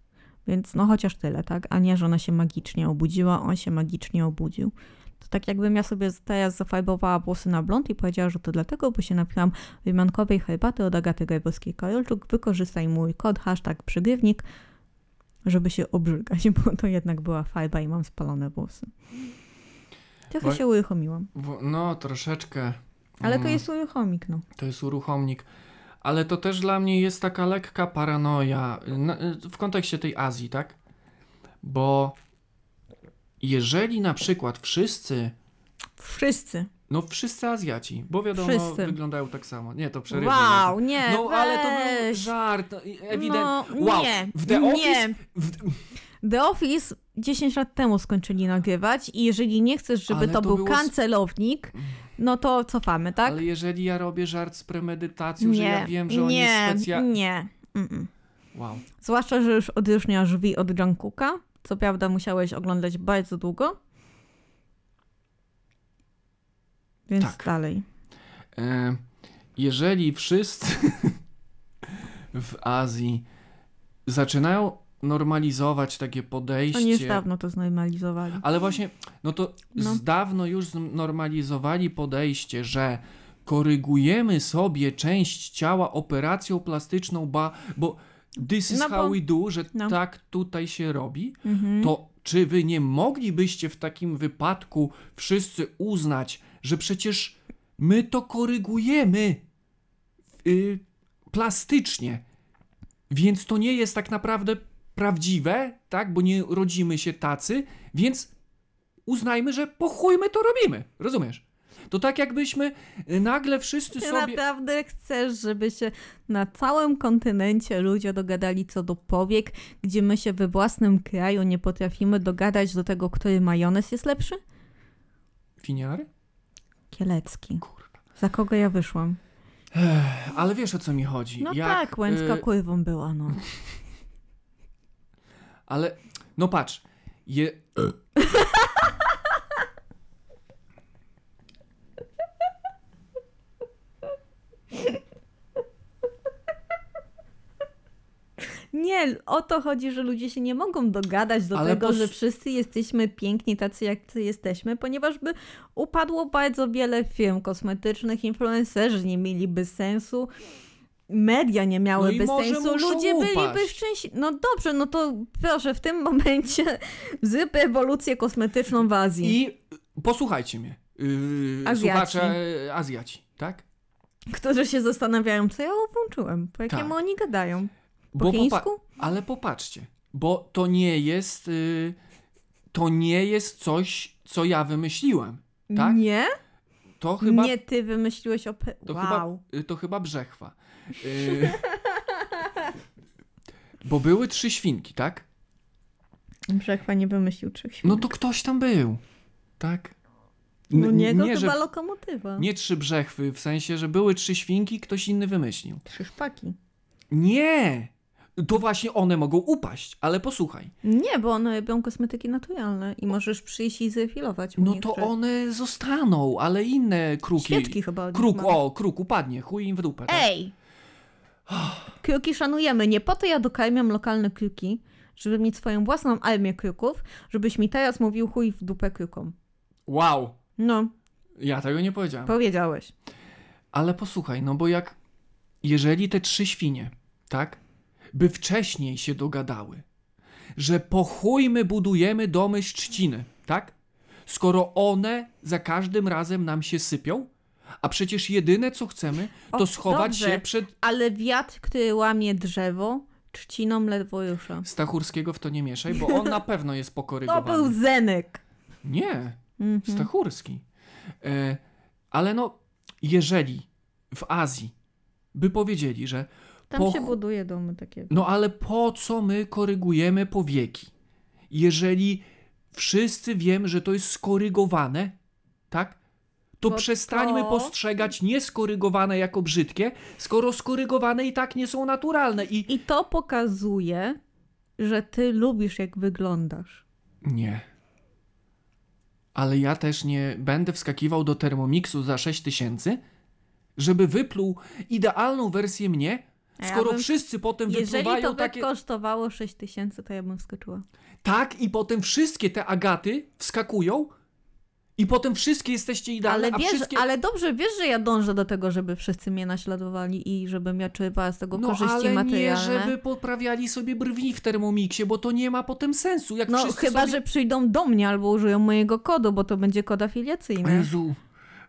Więc no chociaż tyle, tak? A nie, że ona się magicznie obudziła, on się magicznie obudził. To tak jakbym ja sobie teraz zafarbowała włosy na blond i powiedziała, że to dlatego, bo się napiłam wymiankowej herbaty od Agaty Gajbowskiej Karolczuk. Wykorzystaj mój kod, hashtag przygrywnik, żeby się obrzygać, (laughs) bo to jednak była farba i mam spalone włosy. Trochę Bo- się uruchomiłam. W- No, troszeczkę. Ale to Mm, jest uruchomik, no. To jest uruchomnik. Ale to też dla mnie jest taka lekka paranoja y, na- y, w kontekście tej Azji, tak? Bo jeżeli na przykład wszyscy, Wszyscy. no wszyscy Azjaci, bo wiadomo, Wszyscy. wyglądają tak samo. Nie, to przerywa. Wow, nie, No, ale to był weź. żart, no, i- ewidentnie. No, wow, nie, w The Office, nie. w, The Office 10 lat temu skończyli nagrywać i jeżeli nie chcesz, żeby Ale to, to był było sp- kancelownik, no to cofamy, tak? Ale jeżeli ja robię żart z premedytacją, nie, że ja wiem, że on nie, Mm. jest specjalny. nie. Mm-mm. Wow. Zwłaszcza, że już odróżniasz V od Jungkooka, co prawda musiałeś oglądać bardzo długo. Więc Tak. dalej. No, E, jeżeli wszyscy (laughs) w Azji zaczynają normalizować takie podejście. Oni już dawno to znormalizowali. Ale właśnie, no to Tak. No. z dawno już znormalizowali podejście, że korygujemy sobie część ciała operacją plastyczną, ba, bo this is No bo- how we do, że no. tak tutaj się robi, Mhm. to czy wy nie moglibyście w takim wypadku wszyscy uznać, że przecież my to korygujemy y, plastycznie, więc to nie jest tak naprawdę prawdziwe, tak, bo nie rodzimy się tacy, więc uznajmy, że po chuj my to robimy, rozumiesz? To tak jakbyśmy y, nagle wszyscy Ty sobie... naprawdę chcesz, żeby się na całym kontynencie ludzie dogadali co do powiek, gdzie my się we własnym kraju nie potrafimy dogadać do tego, który majonez jest lepszy? Finiary? Kielecki. Kurwa. Za kogo ja wyszłam? Ale wiesz o co mi chodzi. No Jak, tak, Łęcka y, kurwą była, no. Ale, no patrz, je... Nie, o to chodzi, że ludzie się nie mogą dogadać do Ale tego, pos- że wszyscy jesteśmy piękni tacy, jak ty jesteśmy, ponieważ by upadło bardzo wiele firm kosmetycznych, influencerzy nie mieliby sensu, media nie miałyby No może sensu, muszą ludzie byliby upaść. szczęśliwi. No dobrze, no to proszę, w tym momencie (laughs) zrób ewolucję kosmetyczną w Azji. I posłuchajcie mnie. Yy, Azjaci. Słuchacze yy, Azjaci, tak? Którzy się zastanawiają, co ja włączyłem, po jakiemu Tak. oni gadają. Po Bo chińsku? ale popatrzcie, bo to nie jest. Yy, to nie jest coś, co ja wymyśliłem. tak? Nie? To chyba. Nie ty wymyśliłeś o... Pe... to, wow. chyba yy, to chyba brzechwa. Yy, (laughs) bo były trzy świnki, tak? Brzechwa nie wymyślił trzech świn. No to ktoś tam był. Tak? N- No niego nie, chyba że, lokomotywa. nie trzy brzechwy, w sensie, że były trzy świnki, ktoś inny wymyślił. Trzy szpaki. Nie! To właśnie one mogą upaść, ale posłuchaj. Nie, bo one robią kosmetyki naturalne i możesz przyjść i zrefilować. u No nich to rzeczy. one zostaną, ale inne kruki. Świeczki chyba od nich Kruk, mamy. o, kruk upadnie, chuj im w dupę. tak? Ej! Kruki szanujemy. Nie po to ja dokarmiam lokalne kruki, żeby mieć swoją własną armię kruków, żebyś mi teraz mówił chuj w dupę krukom. Wow, No, ja tego nie powiedziałem. powiedziałeś. Ale posłuchaj, no bo jak. Jeżeli te trzy świnie, tak? By wcześniej się dogadały, że po chuj my budujemy domy z trzciny, tak? Skoro one za każdym razem nam się sypią, a przecież jedyne co chcemy, to O, schować dobrze. się przed Ale wiatr, który łamie drzewo, trzciną ledwo rusza. Stachurskiego w to nie mieszaj, bo on (laughs) na pewno jest To był pokorygowany. Zenek. Nie, Mhm. Stachurski. E, ale no, jeżeli w Azji by powiedzieli, że Tam po się chu- buduje domy takie. no ale po co my korygujemy powieki? Jeżeli wszyscy wiemy, że to jest skorygowane, tak? To Bo przestańmy No to- postrzegać nieskorygowane jako brzydkie, skoro skorygowane i tak nie są naturalne i... I to pokazuje, że ty lubisz, jak wyglądasz. Nie. Ale ja też nie będę wskakiwał do Thermomixu za 6000, żeby wypluł idealną wersję mnie, A ja skoro bym- wszyscy potem Jeżeli wypluwają to by takie... kosztowało 6 tysięcy, to ja bym skoczyła. Tak, i potem wszystkie te agaty wskakują i potem wszystkie jesteście idealne, Ale, No, a wiesz, wszystkie... ale dobrze wiesz, że ja dążę do tego, żeby wszyscy mnie naśladowali i żebym ja czerpała z tego No korzyści ale nie, materialne. żeby poprawiali sobie brwi w Thermomixie, bo to nie ma potem sensu, jak No wszyscy chyba, sobie... że przyjdą do mnie albo użyją mojego kodu, bo to będzie kod afiliacyjny. Jezu,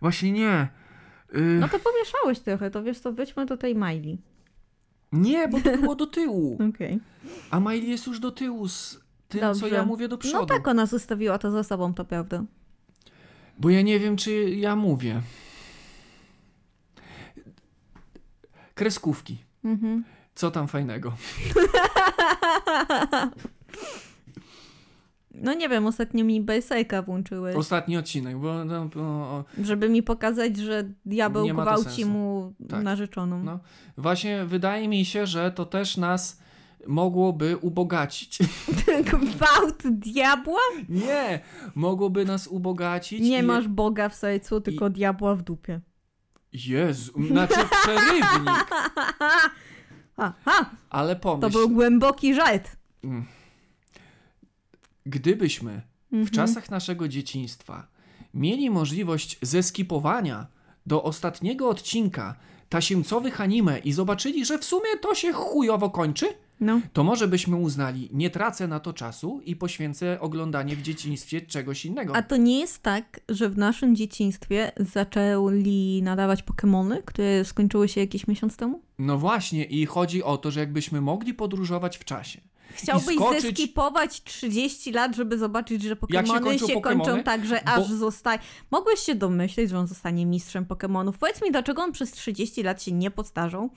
właśnie nie. Yy, No to pomieszałeś trochę, to wiesz co, wyjdźmy do tej maili. Nie, bo to było do tyłu. Okej. A mail jest już do tyłu z tym, Dobrze. co ja mówię do przodu. No tak ona zostawiła to za sobą, to prawda. Bo ja nie wiem, czy ja mówię. Kreskówki. Mhm. Co tam fajnego? No nie wiem, ostatnio mi Berserka włączyłeś. Ostatni odcinek, bo no, o, o, Żeby mi pokazać, że diabeł Nie ma to gwałci sensu. mu Tak. narzeczoną. No. właśnie wydaje mi się, że to też nas mogłoby ubogacić. (laughs) (laughs) Gwałt diabła? Nie! Mogłoby nas ubogacić. Nie i- masz Boga w sercu, tylko diabła w dupie. (laughs) Jezu, znaczy przerywnik. Aha, Ale to pomyśl, był głęboki żart. gdybyśmy w Mhm. czasach naszego dzieciństwa mieli możliwość zeskipowania do ostatniego odcinka tasiemcowych anime i zobaczyli, że w sumie to się chujowo kończy, No. to może byśmy uznali, nie tracę na to czasu i poświęcę oglądanie w dzieciństwie czegoś innego. A to nie jest tak, że w naszym dzieciństwie zaczęli nadawać Pokemony, które skończyły się jakiś miesiąc temu? No właśnie, i chodzi o to, że jakbyśmy mogli podróżować w czasie. Chciałbyś I skoczyć- zeskipować 30 lat, żeby zobaczyć, że Jak się Pokemony kończą się, Pokemony? kończą tak, że aż Bo- zostaje. Mogłeś się domyśleć, że on zostanie mistrzem Pokemonów. Powiedz mi, dlaczego on przez 30 lat się nie postarzał?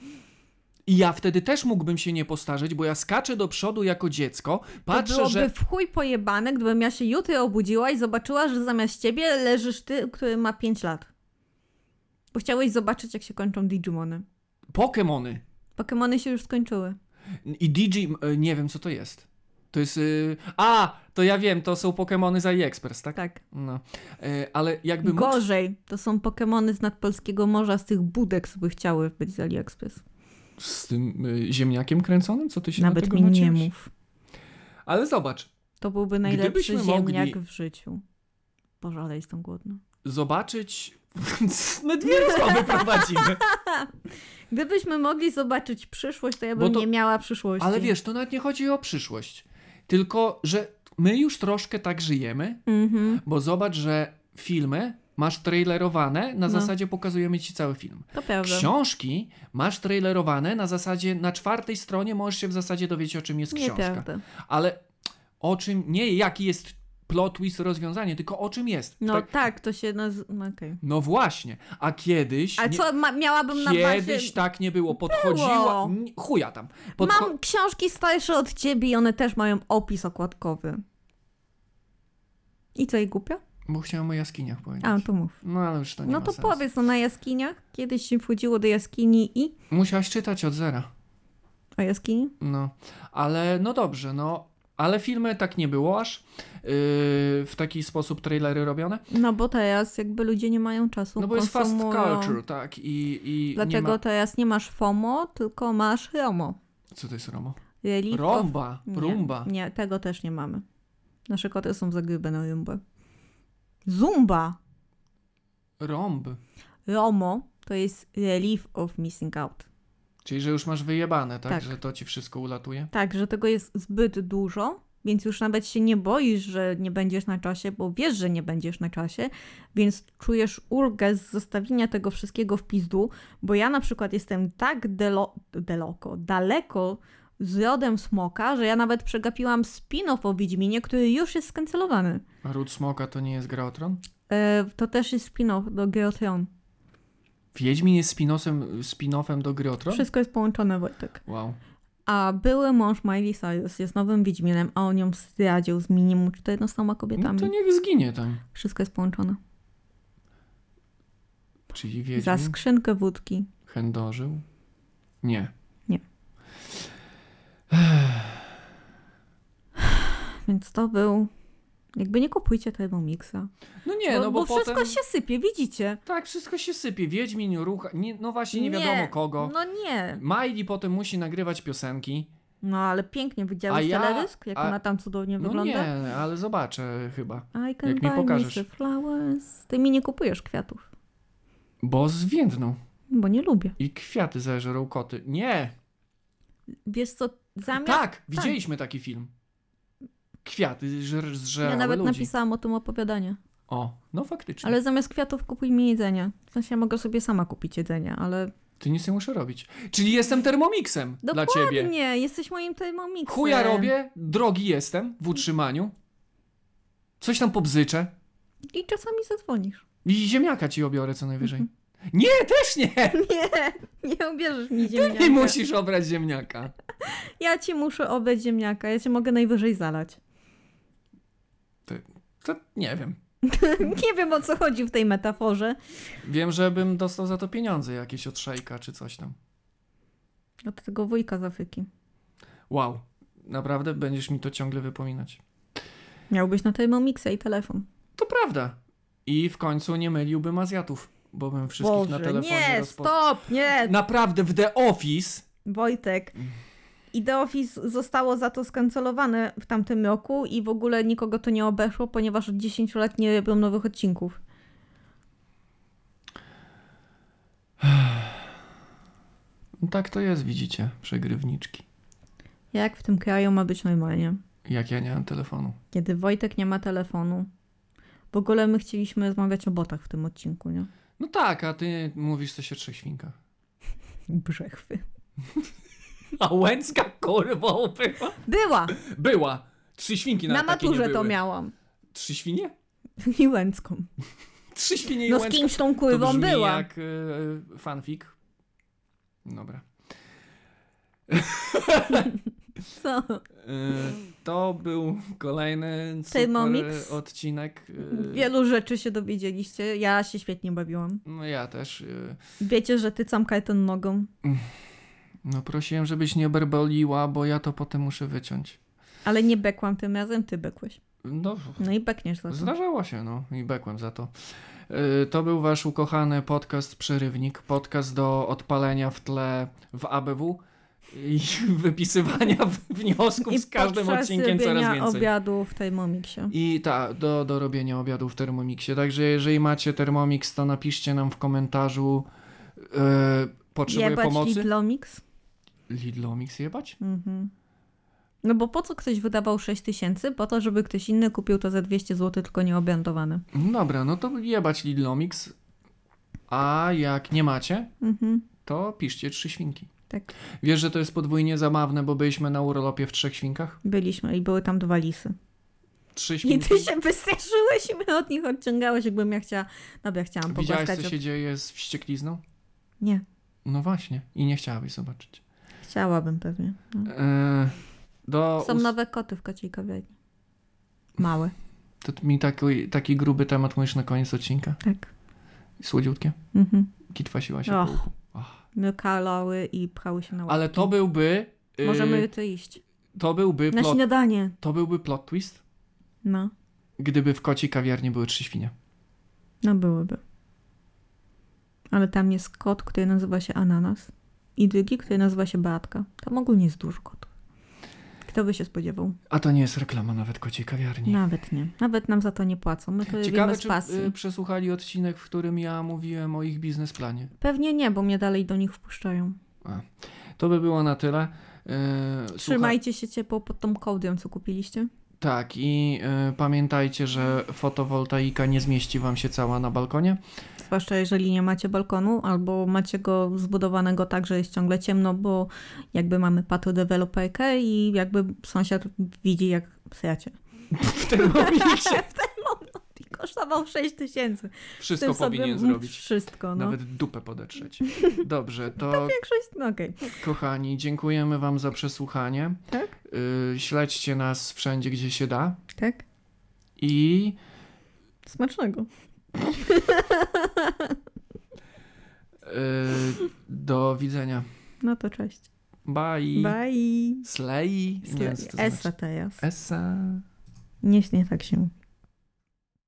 I ja wtedy też mógłbym się nie postarzeć, bo ja skaczę do przodu jako dziecko, to patrzę, byłoby że. w chuj pojebane, gdybym ja się jutro obudziła i zobaczyła, że zamiast ciebie leżysz ty, który ma 5 lat. Bo chciałeś zobaczyć, jak się kończą Digimony. Pokemony Pokemony się już skończyły. i Digi. e, Nie wiem, co to jest. To jest. y, A! To ja wiem, to są Pokemony z AliExpress, tak? Tak. No. E, Ale jakby. mógł- Gorzej. To są Pokemony z nadpolskiego morza, z tych budek, co by chciały być z AliExpress. Z tym y, ziemniakiem kręconym? Co ty się na Nawet tego mi nie naciąłeś? mów. Ale zobacz. To byłby najlepszy Gdybyśmy ziemniak mogli- w życiu. Boże, ale jestem głodna. Zobaczyć. (laughs) My (laughs) dwie rozmowy prowadzimy. Gdybyśmy mogli zobaczyć przyszłość, to ja Bo bym to- nie miała przyszłości. Ale wiesz, to nawet nie chodzi o przyszłość. Tylko, że my już troszkę tak żyjemy, Mhm. Bo zobacz, że filmy masz trailerowane, na No. zasadzie pokazujemy ci cały film. To prawda. Książki masz trailerowane, na zasadzie na czwartej stronie możesz się w zasadzie dowiedzieć, o czym jest książka. Nieprawda. Ale o czym, nie jaki jest plot twist, rozwiązanie, tylko o czym jest. No Tak- tak, to się nazywa. Okay. no właśnie, a kiedyś... A nie- co ma, miałabym na Kiedyś bazie? tak nie było, podchodziła, Było. n- chuja tam, podcho- Mam książki starsze od ciebie i one też mają opis okładkowy. I co, i głupia? bo chciałem o jaskiniach powiedzieć, A, to mów. no ale już to nie No ma to sensu. powiedz, no na jaskiniach? Kiedyś się wchodziło do jaskini i... Musiałaś czytać od zera. O jaskini? No, ale no dobrze, no. Ale filmy tak nie było aż. Yy, w taki sposób trailery robione. No bo teraz jakby ludzie nie mają czasu, No bo jest fast konsumują. culture, tak. I, i Dlatego nie ma... teraz nie masz FOMO, tylko masz ROMO. Co to jest Romo? Relief of... Romba, Nie, rumba. Nie, tego też nie mamy. Nasze koty są zagrzybione na rumbę. Zumba! Romb. ROMO to jest Relief of Missing Out. Czyli, że już masz wyjebane, tak? Tak. Że to ci wszystko ulatuje. Tak, że tego jest zbyt dużo, więc już nawet się nie boisz, że nie będziesz na czasie, bo wiesz, że nie będziesz na czasie, więc czujesz ulgę z zostawienia tego wszystkiego w pizdu, bo ja na przykład jestem tak delo, deloko, daleko z rodem smoka, że ja nawet przegapiłam spin-off o Wiedźminie, który już jest skancelowany. A Ród Smoka to nie jest gra o tron? E, to też jest spin-off do Gry o Tron. Wiedźmin jest spinosem, spin-offem do gry o tron? Wszystko jest połączone, Wojtek. Wow. A były mąż Miley Cyrus jest nowym Wiedźminem, a on ją zdradził z minimum 14 No kobietami. to niech zginie tam. Wszystko jest połączone. Czyli Wiedźmin Za skrzynkę wódki. chędożył? Nie. Więc to był. Jakby nie kupujcie tego miksa. No nie, bo, no bo, bo potem... wszystko się sypie, widzicie? Tak, wszystko się sypie. Wiedźmin, rucha. Nie, no właśnie, nie wiadomo kogo. No nie. Miley potem musi nagrywać piosenki. No ale pięknie A widziałeś ja- teledysk, jak a- ona tam cudownie No wygląda. nie, ale zobaczę chyba. I can Jak mi buy pokażesz. me the flowers. Ty mi nie kupujesz kwiatów, Bo zwiędną. bo nie lubię. I kwiaty zażerą koty. Nie! Wiesz co, zamiast. Tak! Widzieliśmy taki film. Kwiaty żer, zżerały ja nawet ludzi. napisałam o tym opowiadanie. O, no faktycznie. Ale zamiast kwiatów kupuj mi jedzenie. W sensie ja mogę sobie sama kupić jedzenie, ale. Ty nic nie muszę robić. Czyli jestem termomiksem dla ciebie. Nie, jesteś moim termomiksem. Chuja robię, drogi jestem w utrzymaniu. Coś tam pobzyczę. I czasami zadzwonisz. I ziemniaka ci obiorę co (laughs) najwyżej. Nie, też nie! Nie, nie ubierzesz mi ziemniaka. Nie musisz obrać ziemniaka. Ja ci muszę obleć ziemniaka, ja cię mogę najwyżej zalać. To nie wiem. Nie wiem o co chodzi w tej metaforze. Wiem, że bym dostał za to pieniądze jakieś od szejka czy coś tam. Od No tego wujka z Afryki. Wow, naprawdę będziesz mi to ciągle wypominać. Miałbyś na Thermomixa i telefon. To prawda. I w końcu nie myliłbym Azjatów, bo bym wszystkich na telefonie nie, rozpo- stop, nie, Naprawdę w The Office Wojtek. I The Office zostało za to skancelowane w tamtym roku i w ogóle nikogo to nie obeszło, ponieważ od 10 lat nie robią nowych odcinków. No Tak to jest, widzicie, przegrywniczki. Jak w tym kraju ma być normalnie? Jak ja nie mam telefonu. Kiedy Wojtek nie ma telefonu. W ogóle my chcieliśmy rozmawiać o botach w tym odcinku, nie? No tak, a ty mówisz coś o trzech świnkach. Brzechwy. (laughs) A Łęcka kurwa była? Była! Była! Trzy świnki Na nawet takie nie maturze to były. miałam. (laughs) Trzy świnie? I Łęcką. Trzy świnie i No z Łęcka. kimś tą to kurwą brzmi była. jak e, fanfic. Dobra. (laughs) Co? E, to był kolejny super Thermomix. odcinek. e, Wielu rzeczy się dowiedzieliście. Ja się świetnie bawiłam. No ja też. e, Wiecie, że ty cam kajton nogą. No prosiłem, żebyś nie berboliła, bo ja to potem muszę wyciąć. Ale nie bekłam tym razem, ty bekłeś. No, No i bekniesz za to. Zdarzało się, no i bekłem za to. Yy, To był wasz ukochany podcast Przerywnik, podcast do odpalenia w tle w ABW i (laughs) wypisywania w- wniosków I z każdym podczas odcinkiem coraz robienia więcej. obiadu w Thermomixie. I ta, do, do robienia obiadu w Thermomixie. Także jeżeli macie Thermomix, to napiszcie nam w komentarzu yy, potrzebuję Jebać pomocy. Lidlomix? Lidlomix jebać? Mhm. No bo po co ktoś wydawał 6 tysięcy? Po to, żeby ktoś inny kupił to za 200 zł, tylko nieobiadowany. Dobra, no to jebać Lidlomix. A jak nie macie, Mhm. to piszcie trzy świnki. Tak. Wiesz, że to jest podwójnie zabawne, bo byliśmy na urlopie w trzech świnkach? Byliśmy i były tam dwa lisy. Trzy I świnki. ty się wystraszyłeś i mnie od nich odciągałeś, jakbym ja chciała... Dobra, chciałam Widziałeś, pogłaskać. co się dzieje z wścieklizną? Nie, No właśnie, i nie chciałabyś zobaczyć. chciałabym pewnie. No. Eee, do Są ust- nowe koty w kociej kawiarni. Małe. To mi taki, taki gruby temat mówisz na koniec odcinka. Tak. Słodziutkie. Mhm. Kitwasiła się. Och. no po uchu. Och. Mykalały i pchały się na łapki. Ale to byłby... Yy, Możemy jutro iść. To byłby Na plot, śniadanie. to byłby plot twist, No, gdyby w koci kawiarni były trzy świnie. no byłoby. Ale tam jest kot, który nazywa się Ananas i drugi, który nazywa się Beatka. Tam ogólnie jest dużo kotów. Kto by się spodziewał? A to nie jest reklama nawet kociej kawiarni. Nawet nie. Nawet nam za to nie płacą. My to robimy Ciekawe, z czy pasji. y, przesłuchali odcinek, w którym ja mówiłem o ich biznesplanie. Pewnie nie, bo mnie dalej do nich wpuszczają. To by było na tyle. E, słucha- Trzymajcie się ciepło pod tą kołdrą, co kupiliście. Tak, i e, pamiętajcie, że fotowoltaika nie zmieści wam się cała na balkonie. Zwłaszcza jeżeli nie macie balkonu, albo macie go zbudowanego tak, że jest ciągle ciemno, bo jakby mamy pato deweloperkę i jakby sąsiad widzi, jak (laughs) sracie. W tym (laughs) momencie I kosztował 6 tysięcy. W wszystko tym sobie powinien mów zrobić. Wszystko, no. Nawet dupę (laughs) podetrzeć. Dobrze, to Większość, no okej. kochani, dziękujemy wam za przesłuchanie. Tak? Y, śledźcie nas wszędzie, gdzie się da. Tak? I Smacznego. y, do widzenia. No to cześć. Bye. Bye. Slay. Nie wiem, co to znaczy. Esa teraz. Essa. Nie śnie tak się. mówi.